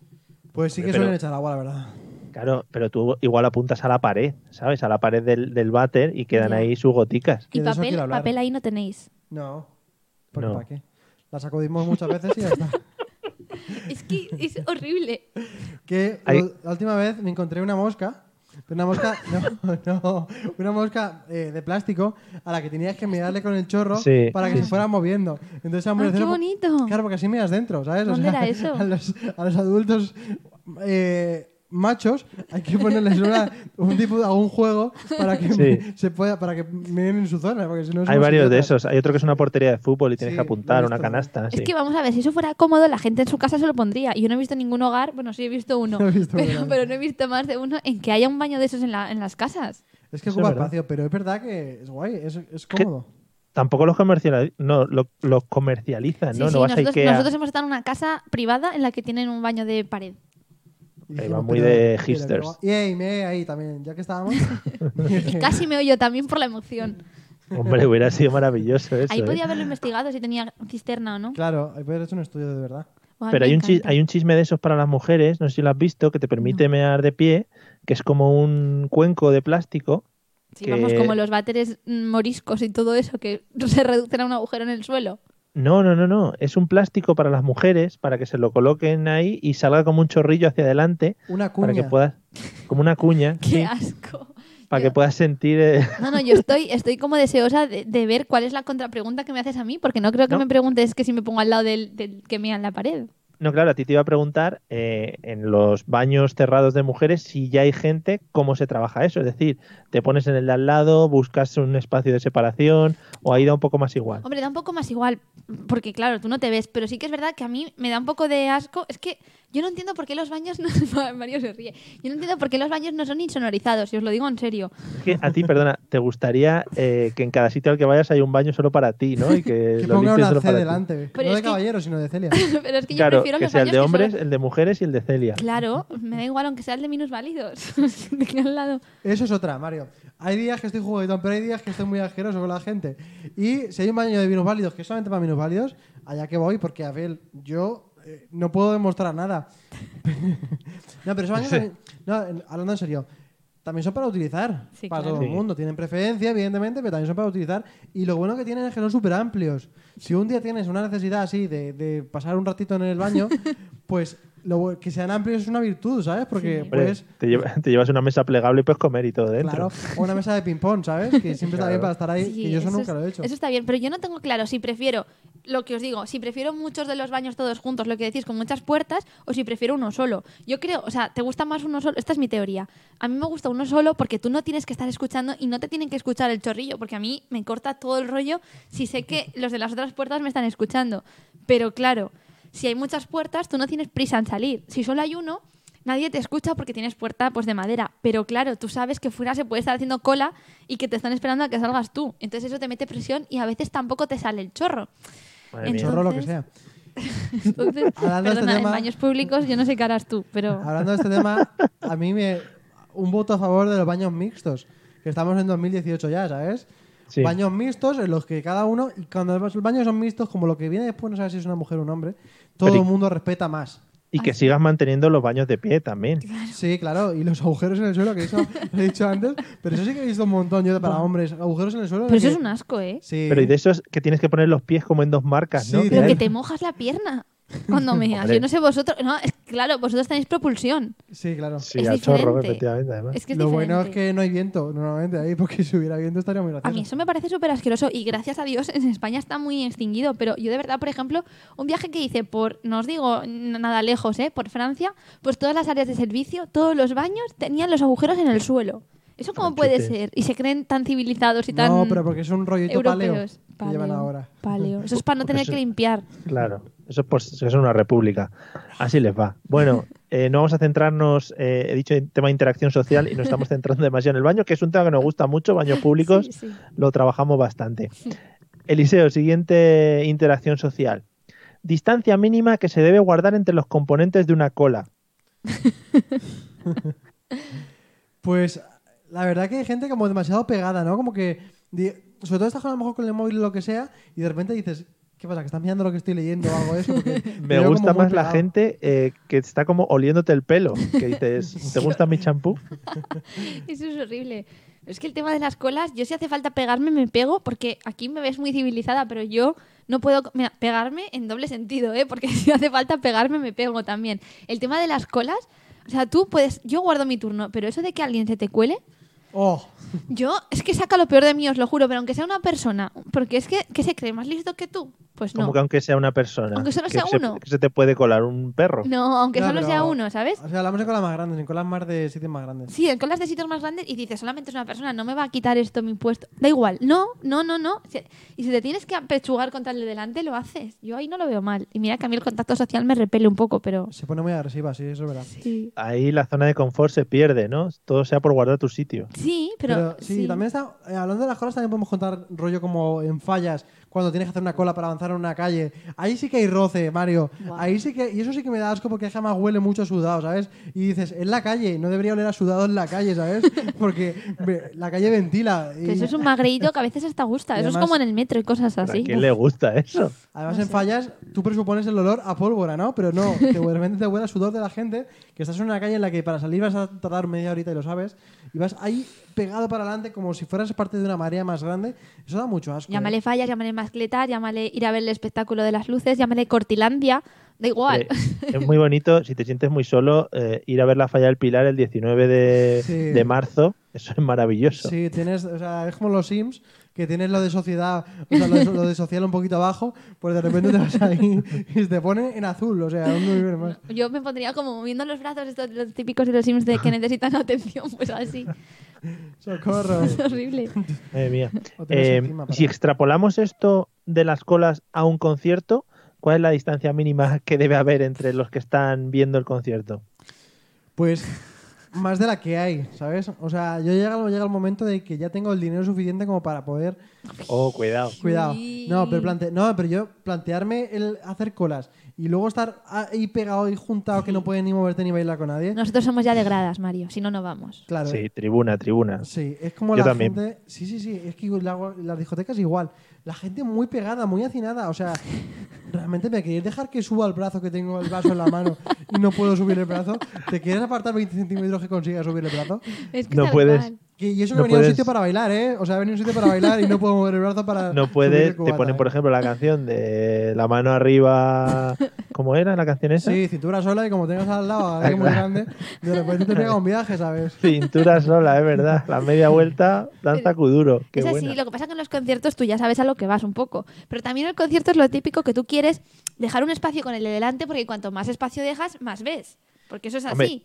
Speaker 3: pues sí que
Speaker 1: Pero-
Speaker 3: suelen echar agua, la verdad.
Speaker 1: Claro, pero tú igual apuntas a la pared, ¿sabes? A la pared del, del váter y quedan
Speaker 4: Ya.
Speaker 1: ahí sus goticas.
Speaker 3: Que
Speaker 4: Y
Speaker 3: de eso
Speaker 4: papel,
Speaker 3: quiero hablar.
Speaker 4: papel ahí no tenéis.
Speaker 3: No. ¿Por
Speaker 1: No.
Speaker 3: ¿Para qué? La sacudimos muchas veces y ya está.
Speaker 4: Es que es horrible.
Speaker 3: Que
Speaker 1: Hay-
Speaker 3: lo- la última vez me encontré una mosca. Una mosca, no, no, una mosca eh, de plástico a la que tenías que mirarle con el chorro
Speaker 1: Sí,
Speaker 3: para que
Speaker 1: sí,
Speaker 3: se fuera moviendo. Entonces era muy
Speaker 4: ¡Ay, Ah, qué
Speaker 3: gracioso por-
Speaker 4: bonito!
Speaker 3: "Pues, Claro, porque así miras dentro, ¿sabes?
Speaker 4: ¿Dónde era eso?
Speaker 3: A los, a los adultos eh, machos hay que ponerles una- un tipo de algún juego para que
Speaker 1: Sí.
Speaker 3: se pueda, para que miren en su zona, porque si no
Speaker 1: Hay
Speaker 3: somos
Speaker 1: varios de
Speaker 3: idiotas.
Speaker 1: esos. Hay otro que es una portería de fútbol y tienes
Speaker 3: Sí,
Speaker 1: que apuntar
Speaker 3: lo he
Speaker 1: una
Speaker 3: visto también.
Speaker 1: canasta. sí.
Speaker 4: Es que vamos a ver, si eso fuera cómodo, la gente en su casa se lo pondría. Y Yo no he visto ningún hogar, bueno, sí he visto uno,
Speaker 3: No he visto
Speaker 4: pero,
Speaker 3: uno.
Speaker 4: pero no he visto más de uno en que haya un baño de esos en, la- en las casas.
Speaker 3: Es que
Speaker 1: Eso es
Speaker 3: ocupa
Speaker 1: verdad.
Speaker 3: espacio, pero es verdad que es guay, es, es cómodo.
Speaker 1: Tampoco los comercializan, no, lo- los comercializan,
Speaker 4: Sí,
Speaker 1: ¿no?
Speaker 4: sí,
Speaker 1: no vas a
Speaker 4: nosotros,
Speaker 1: Ikea.
Speaker 4: nosotros hemos estado en una casa privada en la que tienen un baño de pared.
Speaker 3: Y
Speaker 1: va
Speaker 3: dijimos,
Speaker 1: muy
Speaker 3: pero-
Speaker 1: de
Speaker 3: pero-
Speaker 1: hipsters.
Speaker 3: Y ahí, me ahí también, ya que estábamos.
Speaker 1: Eh.
Speaker 4: Y casi me oyo también por la emoción.
Speaker 1: Hombre, hubiera sido maravilloso eso.
Speaker 4: Ahí
Speaker 1: ¿eh?
Speaker 4: podía haberlo investigado si tenía cisterna o no.
Speaker 3: claro, hay que haber hecho un estudio de verdad.
Speaker 4: Guau,
Speaker 1: Pero
Speaker 4: me
Speaker 1: hay un, chis-
Speaker 4: encanta.
Speaker 1: hay un chisme de esos para las mujeres, no sé si lo has visto, que te permite mear de pie, que es como un cuenco de plástico.
Speaker 4: Sí,
Speaker 1: que-
Speaker 4: vamos, como los váteres mm, moriscos y todo eso, que se reducen a un agujero en el suelo.
Speaker 1: No, no, no, no. Es un plástico para las mujeres, para que se lo coloquen ahí y salga como un chorrillo hacia adelante,
Speaker 3: Una
Speaker 1: para que
Speaker 3: cuña.
Speaker 1: puedas, como una cuña,
Speaker 4: ¡Qué
Speaker 1: sí,
Speaker 4: asco!
Speaker 1: para que puedas sentir. eh,
Speaker 4: No, no, yo estoy, estoy como deseosa de, de ver cuál es la contrapregunta que me haces a mí, porque no creo que
Speaker 1: No.
Speaker 4: me preguntes que si me pongo al lado del, del que mea en la pared.
Speaker 1: No, claro, a ti te iba a preguntar eh, en los baños cerrados de mujeres si ya hay gente, cómo se trabaja eso. Es decir, te pones en el de al lado, buscas un espacio de separación o ahí da un poco más igual.
Speaker 4: Hombre, da un poco más igual, porque claro, tú no te ves, pero sí que es verdad que a mí me da un poco de asco. Es que yo no entiendo por qué los baños no. Mario se ríe. Yo no entiendo por qué los baños no son insonorizados, y os lo digo en serio.
Speaker 1: Es que a ti, perdona, te gustaría eh, que en cada sitio al que vayas haya un baño solo para ti, ¿no? Y que,
Speaker 3: Que
Speaker 1: lo
Speaker 3: ponga
Speaker 1: limpies
Speaker 3: una
Speaker 1: solo
Speaker 3: C
Speaker 1: para ti.
Speaker 3: delante.
Speaker 4: Pero
Speaker 3: no
Speaker 4: es
Speaker 3: de
Speaker 4: que-
Speaker 3: caballero, sino de Celia.
Speaker 4: pero es que yo
Speaker 1: Claro,
Speaker 4: prefiero
Speaker 1: que
Speaker 4: los
Speaker 1: sea el
Speaker 4: baños
Speaker 1: de
Speaker 4: que
Speaker 1: hombres,
Speaker 4: solo-
Speaker 1: el de mujeres y el de Celia.
Speaker 4: Claro, me da igual aunque sea el de minusválidos. De que al lado.
Speaker 3: Eso es otra, Mario. Hay días que estoy juguetón, pero hay días que estoy muy asqueroso con la gente. Y si hay un baño de vinos válidos que es solamente para vinos válidos, allá que voy, porque, a ver, yo eh, no puedo demostrar nada. no, pero esos baños también- no, en- hablando en serio, también son para utilizar.
Speaker 4: Sí,
Speaker 3: para
Speaker 4: claro.
Speaker 3: todo el
Speaker 1: Sí.
Speaker 3: mundo. Tienen preferencia, evidentemente, pero también son para utilizar. Y lo bueno que tienen es que son súper amplios. Si un día tienes una necesidad así de, de pasar un ratito en el baño, pues lo bu- que sean amplios es una virtud, ¿sabes? Porque
Speaker 1: Hombre,
Speaker 3: puedes
Speaker 1: te, lleva- te llevas una mesa plegable y puedes comer y todo dentro.
Speaker 3: pues. Claro, o una mesa de ping-pong, ¿sabes? Que siempre está bien para estar ahí.
Speaker 4: Sí,
Speaker 3: que yo eso, nunca
Speaker 4: es-
Speaker 3: lo he hecho.
Speaker 4: Eso está bien, pero yo no tengo claro si prefiero, lo que os digo, si prefiero muchos de los baños todos juntos, lo que decís, con muchas puertas, o si prefiero uno solo. Yo creo, o sea, ¿te gusta más uno solo? Esta es mi teoría. A mí me gusta uno solo porque tú no tienes que estar escuchando y no te tienen que escuchar el chorrillo, porque a mí me corta todo el rollo si sé que los de las otras puertas me están escuchando. Pero claro, si hay muchas puertas, tú no tienes prisa en salir. Si solo hay uno, nadie te escucha porque tienes puerta pues de madera. Pero claro, tú sabes que fuera se puede estar haciendo cola y que te están esperando a que salgas tú. Entonces eso te mete presión y a veces tampoco te sale el chorro.
Speaker 1: Madre mía.
Speaker 3: Chorro lo que sea.
Speaker 4: Entonces- Entonces,
Speaker 3: Hablando de este
Speaker 4: perdona, en
Speaker 3: tema-
Speaker 4: baños públicos yo no sé qué harás tú, pero...
Speaker 3: Hablando de este tema, a mí me. Un voto a favor de los baños mixtos. Que estamos en 2018 ya, ¿sabes?
Speaker 1: Sí.
Speaker 3: Baños mixtos en los que cada uno. Y cuando los baños son mixtos, como lo que viene después, no sabes si es una mujer o un hombre, todo
Speaker 1: Pero y-
Speaker 3: el mundo respeta más.
Speaker 1: Y que sigas manteniendo los baños de pie también.
Speaker 3: Sí, claro, y los agujeros en el suelo, que eso lo he dicho antes, pero eso sí que he visto un montón yo para hombres, agujeros en el suelo. de
Speaker 4: Pero eso
Speaker 3: que-
Speaker 4: es un asco, ¿eh?
Speaker 3: Sí. ¿eh?
Speaker 1: Pero y de esos que tienes que poner los pies como en dos marcas, ¿no?
Speaker 3: Sí,
Speaker 1: Que
Speaker 4: Pero
Speaker 1: hay-
Speaker 4: que te mojas la pierna cuando meas.
Speaker 1: Hombre.
Speaker 4: Yo no sé vosotros. No, es- claro, vosotros tenéis propulsión.
Speaker 3: Sí, claro.
Speaker 1: Sí,
Speaker 4: es
Speaker 1: a chorro,
Speaker 4: diferente.
Speaker 1: efectivamente, además.
Speaker 4: Es que es
Speaker 3: lo
Speaker 4: diferente.
Speaker 3: bueno es que no hay viento normalmente ahí, porque si hubiera viento estaría muy
Speaker 4: A
Speaker 3: gracioso.
Speaker 4: mí eso me parece súper asqueroso y gracias a Dios en España está muy extinguido, pero yo de verdad, por ejemplo, un viaje que hice por, no os digo n- nada lejos, ¿eh? por Francia, pues todas las áreas de servicio, todos los baños tenían los agujeros en el suelo. ¿Eso cómo puede
Speaker 1: Franchute.
Speaker 4: ser? Y se creen tan civilizados y tan
Speaker 3: No, pero porque es un rollito paleo
Speaker 4: europeos.
Speaker 3: que llevan ahora.
Speaker 4: paleo. Eso es para no
Speaker 1: Porque
Speaker 4: tener
Speaker 1: eso-
Speaker 4: que limpiar.
Speaker 1: Claro, eso es, por- eso es una república. Así les va. Bueno, eh, no vamos a centrarnos, eh, he dicho, en tema de interacción social y nos estamos centrando demasiado en el baño, que es un tema que nos gusta mucho, baños públicos,
Speaker 4: Sí, sí.
Speaker 1: lo trabajamos bastante. Eliseo, siguiente interacción social. Distancia mínima que se debe guardar entre los componentes de una cola.
Speaker 3: Pues la verdad que hay gente como demasiado pegada, ¿no? Como que, di- sobre todo estás con, a lo mejor con el móvil o lo que sea, y de repente dices, ¿qué pasa? ¿Que estás mirando lo que estoy leyendo o algo de eso? Porque te
Speaker 1: Me
Speaker 3: veo como
Speaker 1: gusta
Speaker 3: muy
Speaker 1: más la
Speaker 3: pegado.
Speaker 1: gente eh, que está como oliéndote el pelo, que dices, ¿te gusta mi champú?
Speaker 4: Eso es horrible. Es que el tema de las colas, yo si hace falta pegarme, me pego, porque aquí me ves muy civilizada, pero yo no puedo co- mira, pegarme en doble sentido, ¿eh? porque si hace falta pegarme, me pego también. El tema de las colas, o sea, tú puedes, yo guardo mi turno, pero eso de que alguien se te cuele,
Speaker 3: Oh,
Speaker 4: yo es que saca lo peor de mí, os lo juro, pero aunque sea una persona, porque es que, ¿qué se cree? ¿Más listo que tú? Pues
Speaker 1: Como
Speaker 4: no.
Speaker 1: que aunque sea una persona.
Speaker 4: Aunque solo
Speaker 1: que
Speaker 4: sea
Speaker 1: se-
Speaker 4: uno.
Speaker 1: que se te puede colar un perro.
Speaker 4: No, aunque
Speaker 3: No,
Speaker 4: solo
Speaker 3: pero-
Speaker 4: sea uno, ¿sabes?
Speaker 3: o sea, hablamos de colas más grandes, en colas más de sitios más grandes.
Speaker 4: Sí, en colas de sitios más grandes y dices, solamente es una persona, no me va a quitar esto mi puesto. Da igual, no, no, no, no. Si- Y si te tienes que apechugar contra el de delante, lo haces. Yo ahí no lo veo mal. Y mira que a mí el contacto social me repele un poco, pero...
Speaker 3: Se pone muy agresiva, sí, eso es verdad.
Speaker 4: Sí,
Speaker 1: ahí la zona de confort se pierde, ¿no? Todo sea por guardar tu sitio.
Speaker 4: sí pero...
Speaker 3: sí,
Speaker 4: sí.
Speaker 3: también está, eh, hablando de las colas, también podemos contar rollo como en fallas, cuando tienes que hacer una cola para avanzar en una calle. Ahí sí que hay roce, Mario. Ahí sí que, y eso sí que me da asco porque jamás huele mucho a sudado, ¿sabes? Y dices, en la calle, no debería oler a sudado en la calle, ¿sabes? Porque ve, la calle ventila. y
Speaker 4: Pero eso es un magreíto que a veces hasta gusta.
Speaker 3: Y
Speaker 4: Eso
Speaker 3: además-
Speaker 4: es como en el metro y cosas así.
Speaker 1: ¿A quién le gusta eso?
Speaker 3: Además, en fallas, tú presupones el olor a pólvora, ¿no? Pero no, que de repente te huele a sudor de la gente, que estás en una calle en la que para salir vas a tardar media horita y lo sabes, y vas ahí pegado para adelante como si fueras parte de una marea más grande. Eso da mucho asco. ¿eh?
Speaker 4: Llámale fallas, llámale mascletas, llámale ir a ver el espectáculo de las luces, llámale cortilandia, da igual.
Speaker 1: Eh, es muy bonito, si te sientes muy solo, eh, ir a ver la falla del Pilar el 19 de,
Speaker 3: Sí.
Speaker 1: de marzo. Eso es maravilloso.
Speaker 3: Sí, tienes, o sea, es como los Sims, que tienes lo de sociedad, o sea, lo de, lo de social un poquito abajo, pues de repente te vas ahí y te pone en azul, o sea, un nivel más.
Speaker 4: Yo me pondría como moviendo los brazos, estos los típicos de los Sims de que necesitan atención, pues así.
Speaker 3: Socorro.
Speaker 4: Es horrible.
Speaker 1: Madre mía.
Speaker 3: O tienes
Speaker 1: Eh,
Speaker 3: encima para-
Speaker 1: si extrapolamos esto de las colas a un concierto, ¿cuál es la distancia mínima que debe haber entre los que están viendo el concierto?
Speaker 3: Pues más de la que hay, ¿sabes? O sea, yo llega, llega el momento de que ya tengo el dinero suficiente como para poder
Speaker 1: Oh, cuidado.
Speaker 3: Cuidado.
Speaker 4: Sí.
Speaker 3: No, pero plante- no, pero yo plantearme el hacer colas y luego estar ahí pegado y juntado que no puedes ni moverte ni bailar con nadie.
Speaker 4: Nosotros somos ya de gradas, Mario, si no, no vamos.
Speaker 3: Claro.
Speaker 1: Sí, tribuna, tribuna.
Speaker 3: Sí, es como
Speaker 1: Yo
Speaker 3: la
Speaker 1: también.
Speaker 3: gente. Sí, sí, sí. Es que la- las discotecas igual. La gente muy pegada, muy hacinada. O sea, realmente me queréis dejar que suba el brazo que tengo el vaso en la mano y no puedo subir el brazo. ¿Te quieres apartar 20 centímetros que consiga subir el brazo?
Speaker 4: Es
Speaker 1: No
Speaker 4: tal
Speaker 1: puedes.
Speaker 4: cual.
Speaker 3: Que- y eso que
Speaker 1: No
Speaker 3: venía a un
Speaker 1: puedes-
Speaker 3: sitio para bailar, ¿eh? O sea, venía a un sitio para bailar y no puedo mover el brazo para.
Speaker 1: No
Speaker 3: subir el
Speaker 1: puedes, te
Speaker 3: cubata,
Speaker 1: ponen,
Speaker 3: ¿eh?
Speaker 1: por ejemplo, la canción de La mano arriba. ¿Cómo era la canción esa?
Speaker 3: Sí, cintura sola y como tengas al lado a alguien muy
Speaker 1: claro.
Speaker 3: grande, de repente te pega un viaje, ¿sabes?
Speaker 1: Cintura sola, es verdad. La media vuelta, danza kuduro. Qué
Speaker 4: es así,
Speaker 1: buena.
Speaker 4: lo que pasa es que en los conciertos tú ya sabes a lo que vas un poco. Pero también el concierto es lo típico que tú quieres dejar un espacio con el de delante, porque cuanto más espacio dejas, más ves. Porque eso es así.
Speaker 1: Hombre,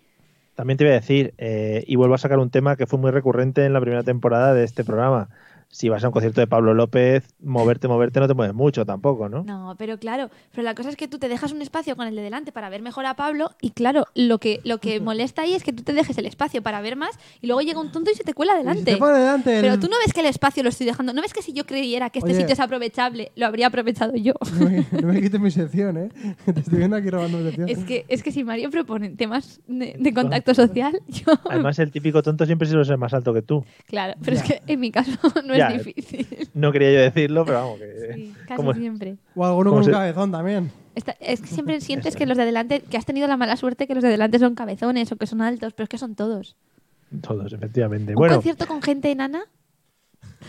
Speaker 1: También te voy a decir, eh, y vuelvo a sacar un tema que fue muy recurrente en la primera temporada de este programa. Si vas a un concierto de Pablo López, moverte, moverte, no te mueves mucho tampoco, ¿no?
Speaker 4: No, pero claro, pero la cosa es que tú te dejas un espacio con el de delante para ver mejor a Pablo y claro, lo que, lo que molesta ahí es que tú te dejes el espacio para ver más y luego llega un tonto y se te cuela
Speaker 3: Y si
Speaker 4: adelante.
Speaker 3: te pone delante el-
Speaker 4: Pero tú no ves que el espacio lo estoy dejando, no ves que si yo creyera que este
Speaker 3: Oye.
Speaker 4: sitio es aprovechable, lo habría aprovechado yo.
Speaker 3: No me, no me quites mi sección, ¿eh? Te estoy viendo aquí robando mi sección.
Speaker 4: Es que, es que si Mario propone temas de, de contacto social, yo...
Speaker 1: Además, el típico tonto siempre se lo ser más alto que tú.
Speaker 4: Claro, pero es
Speaker 3: Ya.
Speaker 4: que en mi caso no
Speaker 1: Ya,
Speaker 4: es difícil.
Speaker 1: No quería yo decirlo, pero vamos, que.
Speaker 4: Sí, casi
Speaker 1: como-
Speaker 4: siempre.
Speaker 3: O
Speaker 1: ¿Cómo
Speaker 3: alguno con un
Speaker 1: se-
Speaker 3: cabezón también.
Speaker 4: Esta- es que siempre sientes que los de adelante, que has tenido la mala suerte que los de adelante son cabezones o que son altos, pero es que son todos.
Speaker 1: Todos, efectivamente.
Speaker 4: Un
Speaker 1: Bueno,
Speaker 4: concierto con gente enana,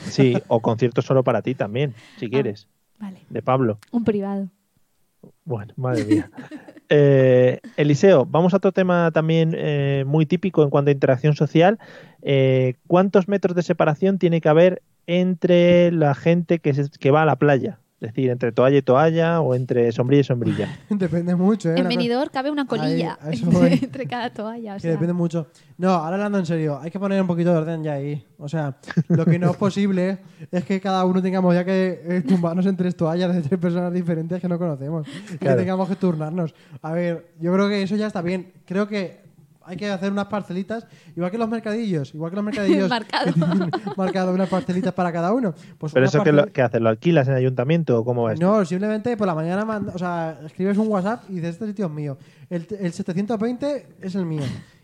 Speaker 1: sí, o conciertos solo para ti también,
Speaker 4: Ah.
Speaker 1: si quieres,
Speaker 4: vale,
Speaker 1: de Pablo.
Speaker 4: un privado.
Speaker 1: Bueno, madre mía. Eh, Eliseo, vamos a otro tema también eh, muy típico en cuanto a interacción social. Eh, ¿Cuántos metros de separación tiene que haber entre la gente que, se- que va a la playa? Es decir, entre toalla y toalla o entre sombrilla y sombrilla.
Speaker 3: Depende mucho, ¿eh?
Speaker 4: En
Speaker 3: Una cosa-
Speaker 4: Benidorm cabe una colilla
Speaker 3: Ahí, a eso
Speaker 4: entre,
Speaker 3: voy.
Speaker 4: entre cada toalla. o
Speaker 3: Que
Speaker 4: sea.
Speaker 3: depende mucho. No, ahora hablando en serio, hay que poner un poquito de orden ya ahí. O sea, lo que no es posible es que cada uno tengamos ya que eh, tumbarnos en tres toallas de tres personas diferentes que no conocemos. Y
Speaker 1: Claro.
Speaker 3: que tengamos que turnarnos. A ver, yo creo que eso ya está bien. Creo que hay que hacer unas parcelitas, igual que los mercadillos, igual que los mercadillos.
Speaker 4: Marcado.
Speaker 3: que tienen marcado unas parcelitas para cada uno. Pues
Speaker 1: ¿Pero
Speaker 3: una
Speaker 1: eso que,
Speaker 3: parcel-
Speaker 1: lo, qué haces? ¿Lo alquilas en el ayuntamiento o cómo va esto?
Speaker 3: no, simplemente por la mañana manda- o sea, escribes un WhatsApp y dices, este sitio es mío. El, el 720 es el mío.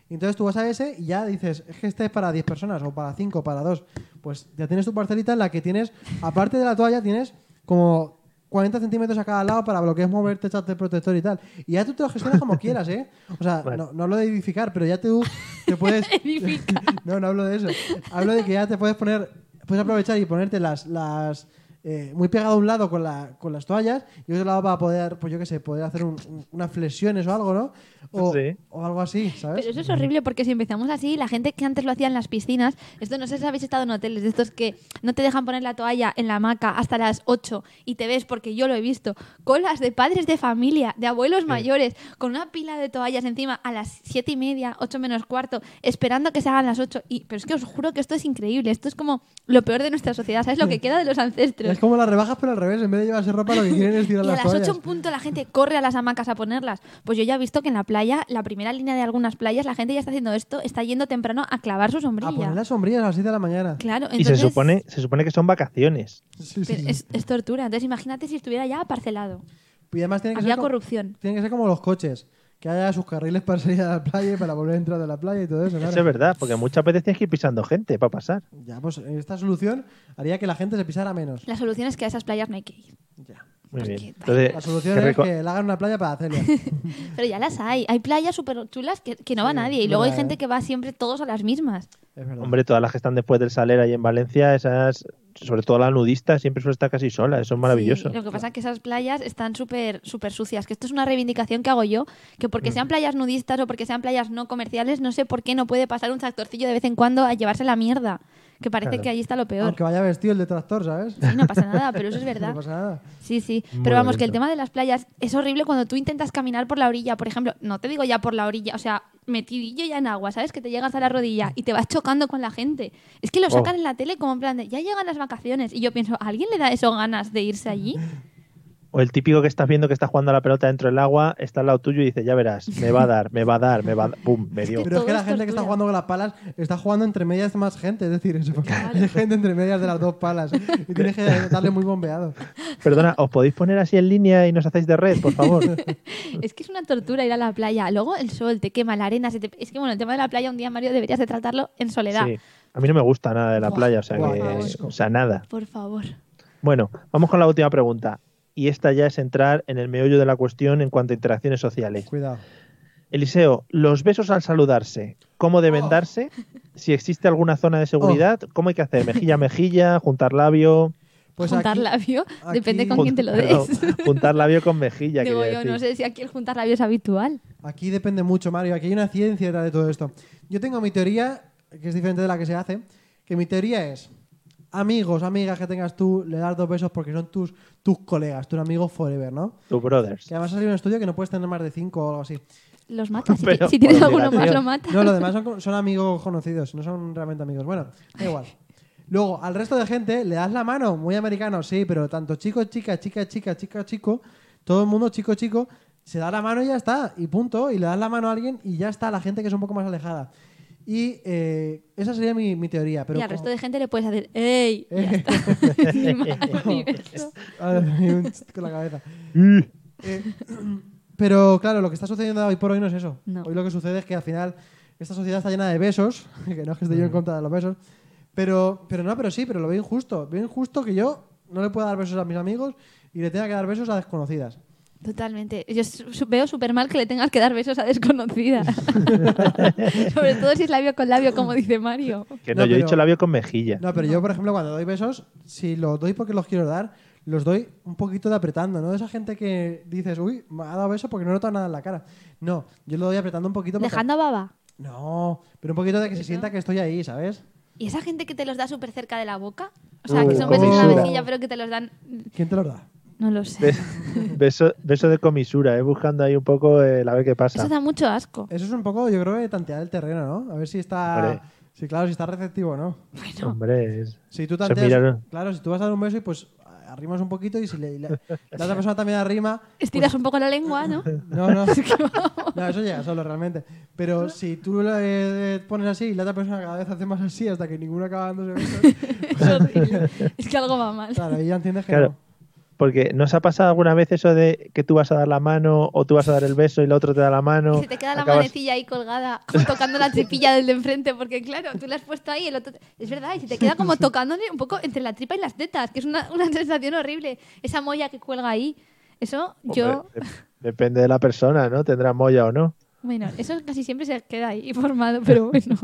Speaker 3: Y Entonces tú vas a ese y ya dices, es que este es para 10 personas, o para 5, o para 2. Pues ya tienes tu parcelita en la que tienes, aparte de la toalla, tienes como 40 centímetros a cada lado para bloquear, moverte, echarte protector y tal. Y ya tú te lo gestionas como quieras, ¿eh? O sea,
Speaker 1: Vale.
Speaker 3: no, no hablo de edificar, pero ya tú te puedes...
Speaker 4: Edifica.
Speaker 3: no, no hablo de eso. Hablo de que ya te puedes poner, puedes aprovechar y ponerte las, las eh, muy pegado a un lado con, la, con las toallas y otro lado para poder, pues yo qué sé, poder hacer un- un- unas flexiones o algo, ¿no? O,
Speaker 1: Sí.
Speaker 3: o algo así, ¿sabes?
Speaker 4: Pero eso es horrible porque si empezamos así, la gente que antes lo hacía en las piscinas, esto no sé si habéis estado en hoteles, de estos que no te dejan poner la toalla en la hamaca hasta las 8 y te ves, porque yo lo he visto, colas de padres de familia, de abuelos mayores, con una pila de toallas encima a las 7 y media, 8 menos cuarto, esperando que se hagan las 8. Y, pero es que os juro que esto es increíble, esto es como lo peor de nuestra sociedad, ¿sabes? Lo que queda de los ancestros.
Speaker 3: Es como las rebajas, pero al revés. En vez de llevarse ropa, lo que quieren es
Speaker 4: Y a
Speaker 3: tirar las
Speaker 4: las 8
Speaker 3: toallas.
Speaker 4: en punto la gente corre a las hamacas a ponerlas. Pues yo ya he visto que en la playa, la primera línea de algunas playas, la gente ya está haciendo esto, está yendo temprano a clavar su sombrilla.
Speaker 3: A poner las sombrillas a las 7 de la mañana.
Speaker 4: Claro,
Speaker 1: Y se
Speaker 4: entonces-
Speaker 1: supone, se supone que son vacaciones.
Speaker 3: Sí, sí,
Speaker 4: pero
Speaker 3: sí.
Speaker 4: Es, es tortura. Entonces imagínate si estuviera ya parcelado.
Speaker 3: Y además tiene que,
Speaker 4: Había
Speaker 3: ser como,
Speaker 4: corrupción.
Speaker 3: tiene que ser como los coches. Que haya sus carriles para salir a la playa y para volver a entrar de la playa y todo eso.
Speaker 1: Eso
Speaker 3: claro.
Speaker 1: es verdad, porque muchas veces tienes que ir pisando gente para pasar.
Speaker 3: Ya, pues esta solución haría que la gente se pisara menos.
Speaker 4: La solución es que a esas playas no hay que ir.
Speaker 3: Ya.
Speaker 1: Muy
Speaker 4: Porque
Speaker 1: bien.
Speaker 4: vaya.
Speaker 1: Entonces,
Speaker 3: La solución
Speaker 1: Eh, que
Speaker 3: es
Speaker 1: reco-
Speaker 3: que le hagan una playa para hacerlo.
Speaker 4: Pero ya las hay. Hay playas súper chulas que, que no va nadie. Y luego hay
Speaker 3: verdad,
Speaker 4: gente
Speaker 3: ¿eh?
Speaker 4: que va siempre todos a las mismas.
Speaker 3: Es verdad.
Speaker 1: Mm. Hombre, todas las que están después del Saler ahí en Valencia, esas, sobre todo las nudistas, siempre suele estar casi sola, eso es maravilloso.
Speaker 4: Sí, lo que pasa es que esas playas están súper súper sucias. Que esto es una reivindicación que hago yo, que porque
Speaker 1: Mm.
Speaker 4: sean playas nudistas o porque sean playas no comerciales, no sé por qué no puede pasar un tractorcillo de vez en cuando a llevarse la mierda. Que parece
Speaker 1: Claro.
Speaker 4: que allí está lo peor.
Speaker 3: Aunque vaya vestido el detractor, ¿sabes?
Speaker 4: Sí, no pasa nada, pero eso es
Speaker 3: No
Speaker 4: verdad.
Speaker 3: pasa nada.
Speaker 4: Sí, sí.
Speaker 1: Muy
Speaker 4: Pero vamos, que el
Speaker 1: bonito.
Speaker 4: tema de las playas es horrible cuando tú intentas caminar por la orilla. Por ejemplo, no te digo ya por la orilla, o sea, metidillo ya en agua, ¿sabes? Que te llegas a la rodilla y te vas chocando con la gente. Es que lo sacan
Speaker 1: Oh.
Speaker 4: en la tele como en plan de, ya llegan las vacaciones. Y yo pienso, ¿a alguien le da eso ganas de irse allí?
Speaker 1: O el típico que estás viendo que está jugando a la pelota dentro del agua, está al lado tuyo y dice, ya verás, me va a dar, me va a dar, me va a dar, pum, me dio.
Speaker 3: Pero es
Speaker 4: Todo
Speaker 3: que la
Speaker 4: es
Speaker 3: gente que está
Speaker 4: tortura.
Speaker 3: jugando con las palas está jugando entre medias de más gente. Es decir, es- hay gente entre medias de las dos palas. ¿eh? Y tienes que darle muy bombeado.
Speaker 1: Perdona, ¿os podéis poner así en línea y nos hacéis de red, por favor?
Speaker 4: Es que es una tortura ir a la playa. Luego el sol te quema, la arena se te... Es que bueno, el tema de la playa un día, Mario, deberías de tratarlo en soledad.
Speaker 1: Sí. A mí no me gusta nada de la
Speaker 4: Buah,
Speaker 1: playa, o sea,
Speaker 3: buah,
Speaker 1: que-
Speaker 3: qué asco.
Speaker 1: o sea, nada.
Speaker 4: Por favor.
Speaker 1: Bueno, vamos con la última pregunta. Y esta ya es entrar en el meollo de la cuestión en cuanto a interacciones sociales.
Speaker 3: Cuidado.
Speaker 1: Eliseo, los besos al saludarse, ¿cómo
Speaker 4: Oh.
Speaker 1: deben darse? Si existe alguna zona de seguridad, ¿cómo hay que hacer? ¿Mejilla a mejilla? ¿Juntar labio?
Speaker 3: Pues
Speaker 4: juntar
Speaker 3: aquí,
Speaker 4: labio, depende
Speaker 3: aquí-
Speaker 4: con quién te lo
Speaker 1: Jun- perdón,
Speaker 4: des.
Speaker 1: juntar labio con mejilla.
Speaker 4: Digo
Speaker 1: quería
Speaker 4: yo, no
Speaker 1: decir.
Speaker 4: sé si aquí el juntar labio es habitual.
Speaker 3: aquí depende mucho, Mario. Aquí hay una ciencia detrás de todo esto. Yo tengo mi teoría, que es diferente de la que se hace, que mi teoría es, amigos, amigas que tengas tú, le das dos besos porque son tus, tus colegas, tus amigos forever, ¿no?
Speaker 1: Tu brothers.
Speaker 3: Que además ha salido un estudio que no puedes tener más de cinco o algo así.
Speaker 4: Los matas. Si,
Speaker 1: Pero
Speaker 4: si tienes
Speaker 1: por
Speaker 4: alguno más,
Speaker 1: obligación.
Speaker 4: lo matas.
Speaker 3: No, lo demás son, son amigos conocidos, no son realmente amigos. Bueno, da igual. Luego, al resto de gente le das la mano, muy americano, sí, pero tanto chico, chica, chica, chica, chica, chico, todo el mundo chico, chico, se da la mano y ya está, y punto, y le das la mano a alguien y ya está, la gente que es un poco más alejada. Y eh, esa sería mi, mi teoría. Pero
Speaker 4: y al
Speaker 3: como-
Speaker 4: resto de gente le puedes hacer, ¡ey! Y ya está. Ni más ni beso.
Speaker 3: Ah, un chist con la cabeza. Eh, pero claro, lo que está sucediendo hoy por hoy no es eso.
Speaker 4: No.
Speaker 3: Hoy lo que sucede es que al final esta sociedad está llena de besos, que no es que esté yo en contra de los besos, Pero, pero no, pero sí, pero lo veo injusto. Veo injusto que yo no le pueda dar besos a mis amigos y le tenga que dar besos a desconocidas.
Speaker 4: Totalmente. Yo su- su- veo súper mal que le tengas que dar besos a desconocidas. Sobre todo si es labio con labio, como dice Mario.
Speaker 1: Que no,
Speaker 3: No,
Speaker 1: yo he
Speaker 3: pero-
Speaker 1: dicho labio con mejilla.
Speaker 3: No, pero yo, por ejemplo, cuando doy besos, si los doy porque los quiero dar, los doy un poquito de apretando, ¿no? Esa gente que dices, uy, me ha dado beso porque no he notado nada en la cara. No, yo lo doy apretando un poquito. porque-
Speaker 4: Dejando a baba.
Speaker 3: No, pero un poquito de que se sienta que estoy ahí, ¿sabes?
Speaker 4: ¿Y esa gente que te los da súper cerca de la boca? O sea,
Speaker 1: Uh,
Speaker 4: que son
Speaker 1: con
Speaker 4: besos en la
Speaker 1: misura.
Speaker 4: mejilla, pero que te los dan.
Speaker 3: ¿Quién te los da?
Speaker 4: No lo sé.
Speaker 1: Be- beso, beso de comisura, ¿eh? buscando ahí un poco eh, la vez que pasa.
Speaker 4: Eso da mucho asco.
Speaker 3: Eso es un poco, yo creo, que tantear el terreno, ¿no? A ver si
Speaker 1: Hombre.
Speaker 3: está... Sí, claro, si está receptivo o no.
Speaker 1: Hombre, es-
Speaker 3: Si tú
Speaker 1: Eso es
Speaker 3: tanteas...
Speaker 1: mirar-
Speaker 3: Claro, si tú vas a dar un beso y pues arrimas un poquito y si le, le- la otra persona también arrima...
Speaker 4: Estiras un poco la lengua, ¿no?
Speaker 1: Pues
Speaker 3: No, no. no, eso llega solo realmente. Pero si tú lo eh, pones así y la otra persona cada vez hace más así hasta que ninguno acaba dándose besos,
Speaker 4: es horrible. Es que algo va mal.
Speaker 3: claro, ahí ya entiendes que
Speaker 1: Claro. Porque ¿nos ha pasado alguna vez eso de que tú vas a dar la mano o tú vas a dar el beso y el otro te da la mano?
Speaker 4: Se te queda la
Speaker 1: Acabas-
Speaker 4: manecilla ahí colgada, como tocando la tripilla del de enfrente, porque claro, tú la has puesto ahí, el otro... Es verdad, y se te queda como tocándole un poco entre la tripa y las tetas, que es una, una sensación horrible. Esa molla que cuelga ahí, eso yo...
Speaker 1: Hombre, dep- Depende de la persona, ¿no? Tendrá molla o no.
Speaker 4: Bueno, eso casi siempre se queda ahí formado, pero bueno.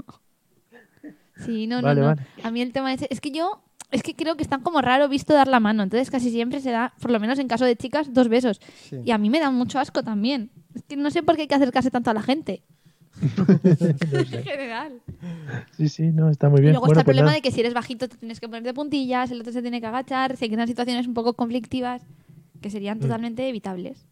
Speaker 4: Sí, no,
Speaker 1: Vale,
Speaker 4: no, no.
Speaker 1: vale.
Speaker 4: A mí el tema ese- es que yo... Es que creo que están como raro visto dar la mano, entonces casi siempre se da, por lo menos en caso de chicas, dos besos.
Speaker 3: Sí.
Speaker 4: Y a mí me da mucho asco también. Es que no sé por qué hay que acercarse tanto a la gente. en general.
Speaker 1: Sí, sí, no, está muy bien.
Speaker 4: Y luego
Speaker 1: Bueno,
Speaker 4: está el
Speaker 1: pues
Speaker 4: problema
Speaker 1: nada.
Speaker 4: de que si eres bajito te tienes que poner de puntillas, el otro se tiene que agachar, se crean situaciones un poco conflictivas que serían
Speaker 1: Mm.
Speaker 4: totalmente evitables.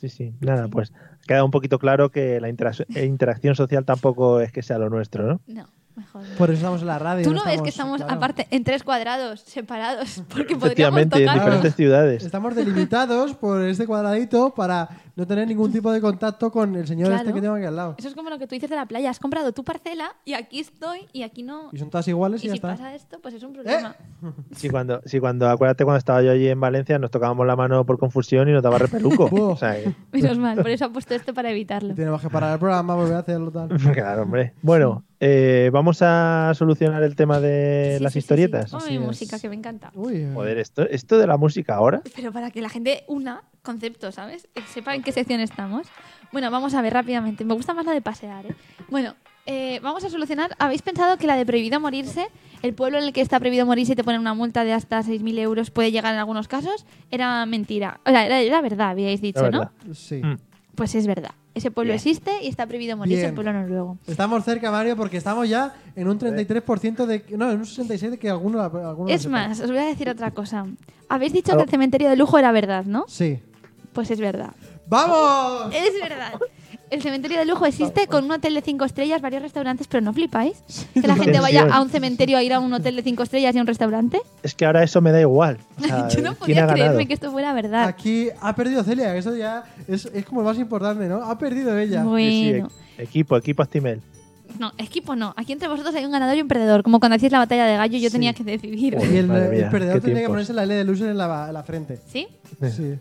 Speaker 1: Sí, sí, nada, pues queda un poquito claro que la interac- eh, interacción social tampoco es que sea lo nuestro, ¿no?
Speaker 4: No, mejor.
Speaker 3: no. Por eso estamos en la radio.
Speaker 4: Tú
Speaker 3: no
Speaker 4: no ves que estamos
Speaker 3: claro.
Speaker 4: aparte en tres cuadrados, separados, porque podríamos
Speaker 1: Efectivamente, en
Speaker 4: tocar. Ah.
Speaker 1: diferentes ciudades.
Speaker 3: Estamos delimitados por este cuadradito para no tener ningún tipo de contacto con el señor
Speaker 4: Claro.
Speaker 3: este que tengo aquí al lado.
Speaker 4: Eso es como lo que tú dices de la playa, has comprado tu parcela y aquí estoy y aquí no.
Speaker 3: Y son todas iguales y,
Speaker 4: Y
Speaker 3: ya
Speaker 4: si
Speaker 3: está. ¿Eh?
Speaker 4: pasa esto, pues es un problema.
Speaker 1: Sí, cuando, sí, cuando, acuérdate cuando estaba yo allí en Valencia, nos tocábamos la mano por confusión y nos daba repeluco.
Speaker 3: Buah.
Speaker 1: o sea, que-
Speaker 4: Menos mal, por eso ha puesto esto para evitarlo.
Speaker 3: Y tenemos que parar el programa, volver a hacerlo tal.
Speaker 1: claro, hombre. Bueno, eh, vamos a solucionar el tema de
Speaker 4: Sí,
Speaker 1: las
Speaker 4: sí, sí, sí.
Speaker 1: historietas.
Speaker 4: Ponme
Speaker 3: Así es.
Speaker 4: música, que me encanta.
Speaker 3: Uy, eh.
Speaker 1: Joder, esto, esto de la música ahora.
Speaker 4: Pero para que la gente una conceptos, ¿sabes? Eh, Sepa en qué sección estamos. Bueno, vamos a ver rápidamente. Me gusta más la de pasear, ¿eh? Bueno, eh, vamos a solucionar. ¿Habéis pensado que la de prohibido morirse, el pueblo en el que está prohibido morirse y te ponen una multa de hasta 6.000 euros puede llegar en algunos casos? Era mentira. O sea, era, era verdad, habíais dicho,
Speaker 1: Era
Speaker 4: ¿no?
Speaker 1: verdad.
Speaker 3: Sí.
Speaker 1: Mm.
Speaker 4: Pues es verdad. Ese pueblo
Speaker 1: Bien.
Speaker 4: existe y está prohibido morirse,
Speaker 3: Bien.
Speaker 4: el pueblo noruego.
Speaker 3: Estamos cerca, Mario, porque estamos ya en un 33% de... No, en un 67% de que alguno... la- alguno la
Speaker 4: Es
Speaker 3: sepa.
Speaker 4: más, os voy a decir otra cosa. Habéis dicho
Speaker 1: Algo-
Speaker 4: que el cementerio de lujo era verdad, ¿no?
Speaker 3: Sí.
Speaker 4: Pues es verdad.
Speaker 3: ¡Vamos!
Speaker 4: Es verdad. El cementerio de lujo existe con un hotel de cinco estrellas, varios restaurantes, pero no flipáis. Que la gente vaya
Speaker 1: Tensión.
Speaker 4: a un cementerio a ir a un hotel de cinco estrellas y a un restaurante.
Speaker 1: Es que ahora eso me da igual. O sea,
Speaker 4: Yo no
Speaker 1: ¿Quién ha
Speaker 4: podía
Speaker 1: ganado?
Speaker 4: creerme que esto fuera verdad.
Speaker 3: Aquí ha perdido Celia, que eso ya es, es como lo más importante, ¿no? Ha perdido ella.
Speaker 1: Sí, sí, eh.
Speaker 4: Bueno,
Speaker 1: e- equipo, equipo Actimel.
Speaker 4: no, equipo no. Aquí entre vosotros hay un ganador y un perdedor. Como cuando hacíais la batalla de gallo, yo
Speaker 3: Sí.
Speaker 4: tenía que decidir.
Speaker 1: Joder.
Speaker 3: Y el,
Speaker 1: Madre
Speaker 3: el
Speaker 1: mía,
Speaker 3: perdedor
Speaker 1: qué
Speaker 3: tendría que
Speaker 1: tiempos.
Speaker 3: ponerse la L de loser en la, en la frente.
Speaker 4: ¿Sí?
Speaker 3: Sí.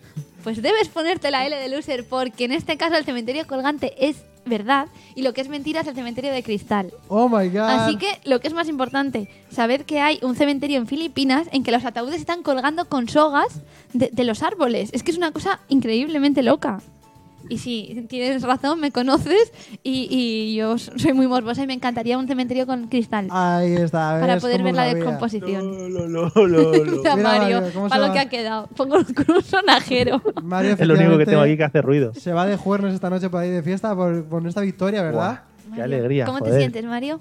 Speaker 4: Pues debes ponerte la L de loser, porque en este caso el cementerio colgante es verdad y lo que es mentira es el cementerio de cristal.
Speaker 3: Oh my god.
Speaker 4: Así que lo que es más importante, saber que hay un cementerio en Filipinas en que los ataúdes están colgando con sogas de, de los árboles. Es que es una cosa increíblemente loca. Y si tienes razón, me conoces y, y yo s- soy muy morbosa y me encantaría un cementerio con cristal
Speaker 3: Ahí está. ¿ves
Speaker 4: para poder
Speaker 3: cómo
Speaker 4: ver la
Speaker 3: sabía?
Speaker 4: descomposición.
Speaker 1: Lo, lo, lo, lo.
Speaker 3: Mira,
Speaker 4: Mira, Mario,
Speaker 3: Mario, ¿cómo se
Speaker 4: para
Speaker 3: va?
Speaker 4: lo que ha quedado. Pongo con un sonajero.
Speaker 3: Mario,
Speaker 1: Es lo único que
Speaker 3: efectivamente,
Speaker 1: tengo aquí que hace ruido.
Speaker 3: Se va de juernes esta noche para ir de fiesta por, por esta victoria, ¿verdad?
Speaker 1: Buah, qué
Speaker 4: Mario,
Speaker 1: alegría.
Speaker 4: ¿Cómo te
Speaker 1: joder.
Speaker 4: sientes, Mario?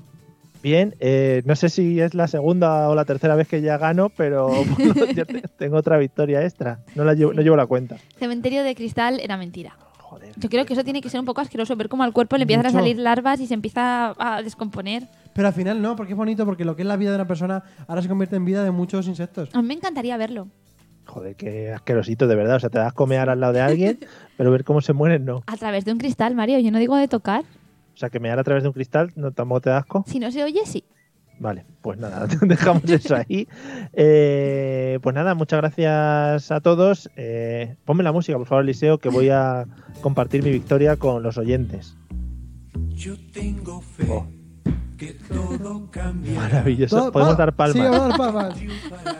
Speaker 1: Bien, eh, no sé si es la segunda o la tercera vez que ya gano, pero bueno, ya te- tengo otra victoria extra. No, la llevo, no llevo la cuenta.
Speaker 4: Cementerio de cristal era mentira.
Speaker 1: Joder.
Speaker 4: Yo creo que eso tiene que ser un poco asqueroso, ver cómo al cuerpo le empiezan
Speaker 3: Mucho.
Speaker 4: a salir larvas y se empieza a descomponer.
Speaker 3: Pero al final no, porque es bonito, porque lo que es la vida de una persona ahora se convierte en vida de muchos insectos.
Speaker 4: A mí me encantaría verlo.
Speaker 1: Joder, qué asquerosito, de verdad. O sea, te das comear al lado de alguien, pero ver cómo se mueren, no.
Speaker 4: A través de un cristal, Mario. Yo no digo de tocar.
Speaker 1: O sea, que mear a través de un cristal no, tampoco te da asco.
Speaker 4: Si no se oye, sí.
Speaker 1: Vale, pues nada, dejamos eso ahí. Eh, pues nada, muchas gracias a todos. Eh, ponme la música, por favor, Eliseo, que voy a compartir mi victoria con los oyentes.
Speaker 6: Yo tengo fe
Speaker 1: Oh.
Speaker 6: que todo cambiará
Speaker 1: Maravilloso.
Speaker 3: Todo-
Speaker 1: Podemos
Speaker 3: pa-
Speaker 1: dar
Speaker 3: Sí,
Speaker 1: palmas.
Speaker 3: vamos a dar palmas.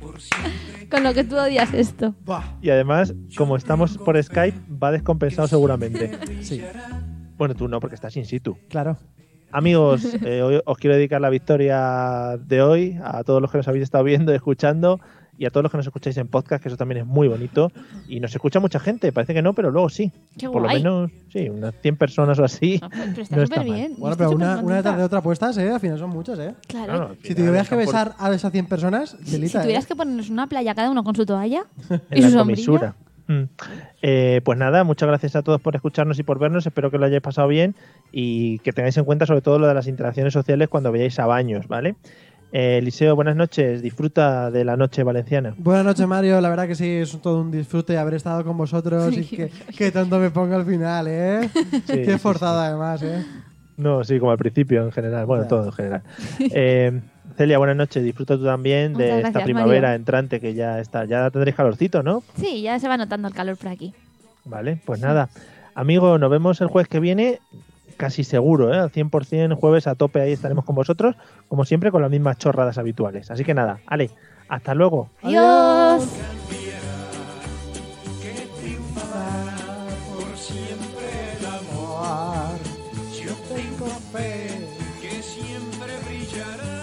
Speaker 6: por siempre.
Speaker 4: Con lo que tú odias esto.
Speaker 3: Buah,
Speaker 1: Y además, como estamos por Skype, va descompensado seguramente.
Speaker 3: sí,
Speaker 1: Bueno, tú no, porque estás in situ.
Speaker 3: claro.
Speaker 1: Amigos, eh, hoy os quiero dedicar la victoria de hoy a todos los que nos habéis estado viendo, y escuchando y a todos los que nos escucháis en podcast, que eso también es muy bonito. Y nos escucha mucha gente, parece que no, pero luego sí.
Speaker 4: Qué
Speaker 1: Por lo
Speaker 4: guay.
Speaker 1: menos, sí, unas 100 personas o así.
Speaker 4: Ah, pues- pero está
Speaker 1: No está
Speaker 4: súper bien.
Speaker 3: Bueno, pero una, una detrás de
Speaker 4: tarde
Speaker 3: otra puestas, ¿eh? Al final son muchas, ¿eh?
Speaker 4: Claro.
Speaker 1: Claro, al
Speaker 3: Si
Speaker 1: final
Speaker 3: tuvieras que
Speaker 1: están por-
Speaker 3: besar a esas 100 personas,
Speaker 4: Si, si
Speaker 3: delita, ¿eh?
Speaker 4: tuvieras que ponernos una playa cada uno con su toalla
Speaker 1: en
Speaker 4: y su
Speaker 1: la
Speaker 4: sombrilla.
Speaker 1: comisura. Mm. Eh, pues nada, muchas gracias a todos por escucharnos y por vernos. Espero que lo hayáis pasado bien y que tengáis en cuenta sobre todo lo de las interacciones sociales cuando vayáis a baños, ¿vale? Eh, Eliseo, buenas noches. Disfruta de la noche valenciana.
Speaker 3: Buenas noches, Mario. La verdad que sí, es todo un disfrute haber estado con vosotros y que, que tanto me pongo al final, ¿eh?
Speaker 1: sí,
Speaker 3: Qué forzado, además, ¿eh?
Speaker 1: No, sí, como al principio en general. Bueno,
Speaker 3: Ya.
Speaker 1: todo en general. Eh, Celia, buenas noches. Disfruta tú también de
Speaker 4: Muchas
Speaker 1: esta
Speaker 4: gracias,
Speaker 1: primavera
Speaker 4: Mario.
Speaker 1: entrante que ya está. Ya tendréis calorcito, ¿no?
Speaker 4: Sí, ya se va notando el calor por aquí.
Speaker 1: Vale, pues nada. Amigo, nos vemos el jueves que viene, casi seguro, ¿eh? al 100% jueves a tope ahí estaremos con vosotros, como siempre con las mismas chorradas habituales. Así que nada, Ale, hasta luego.
Speaker 4: Adiós.
Speaker 6: Por siempre el amor, yo tengo fe que siempre brillará.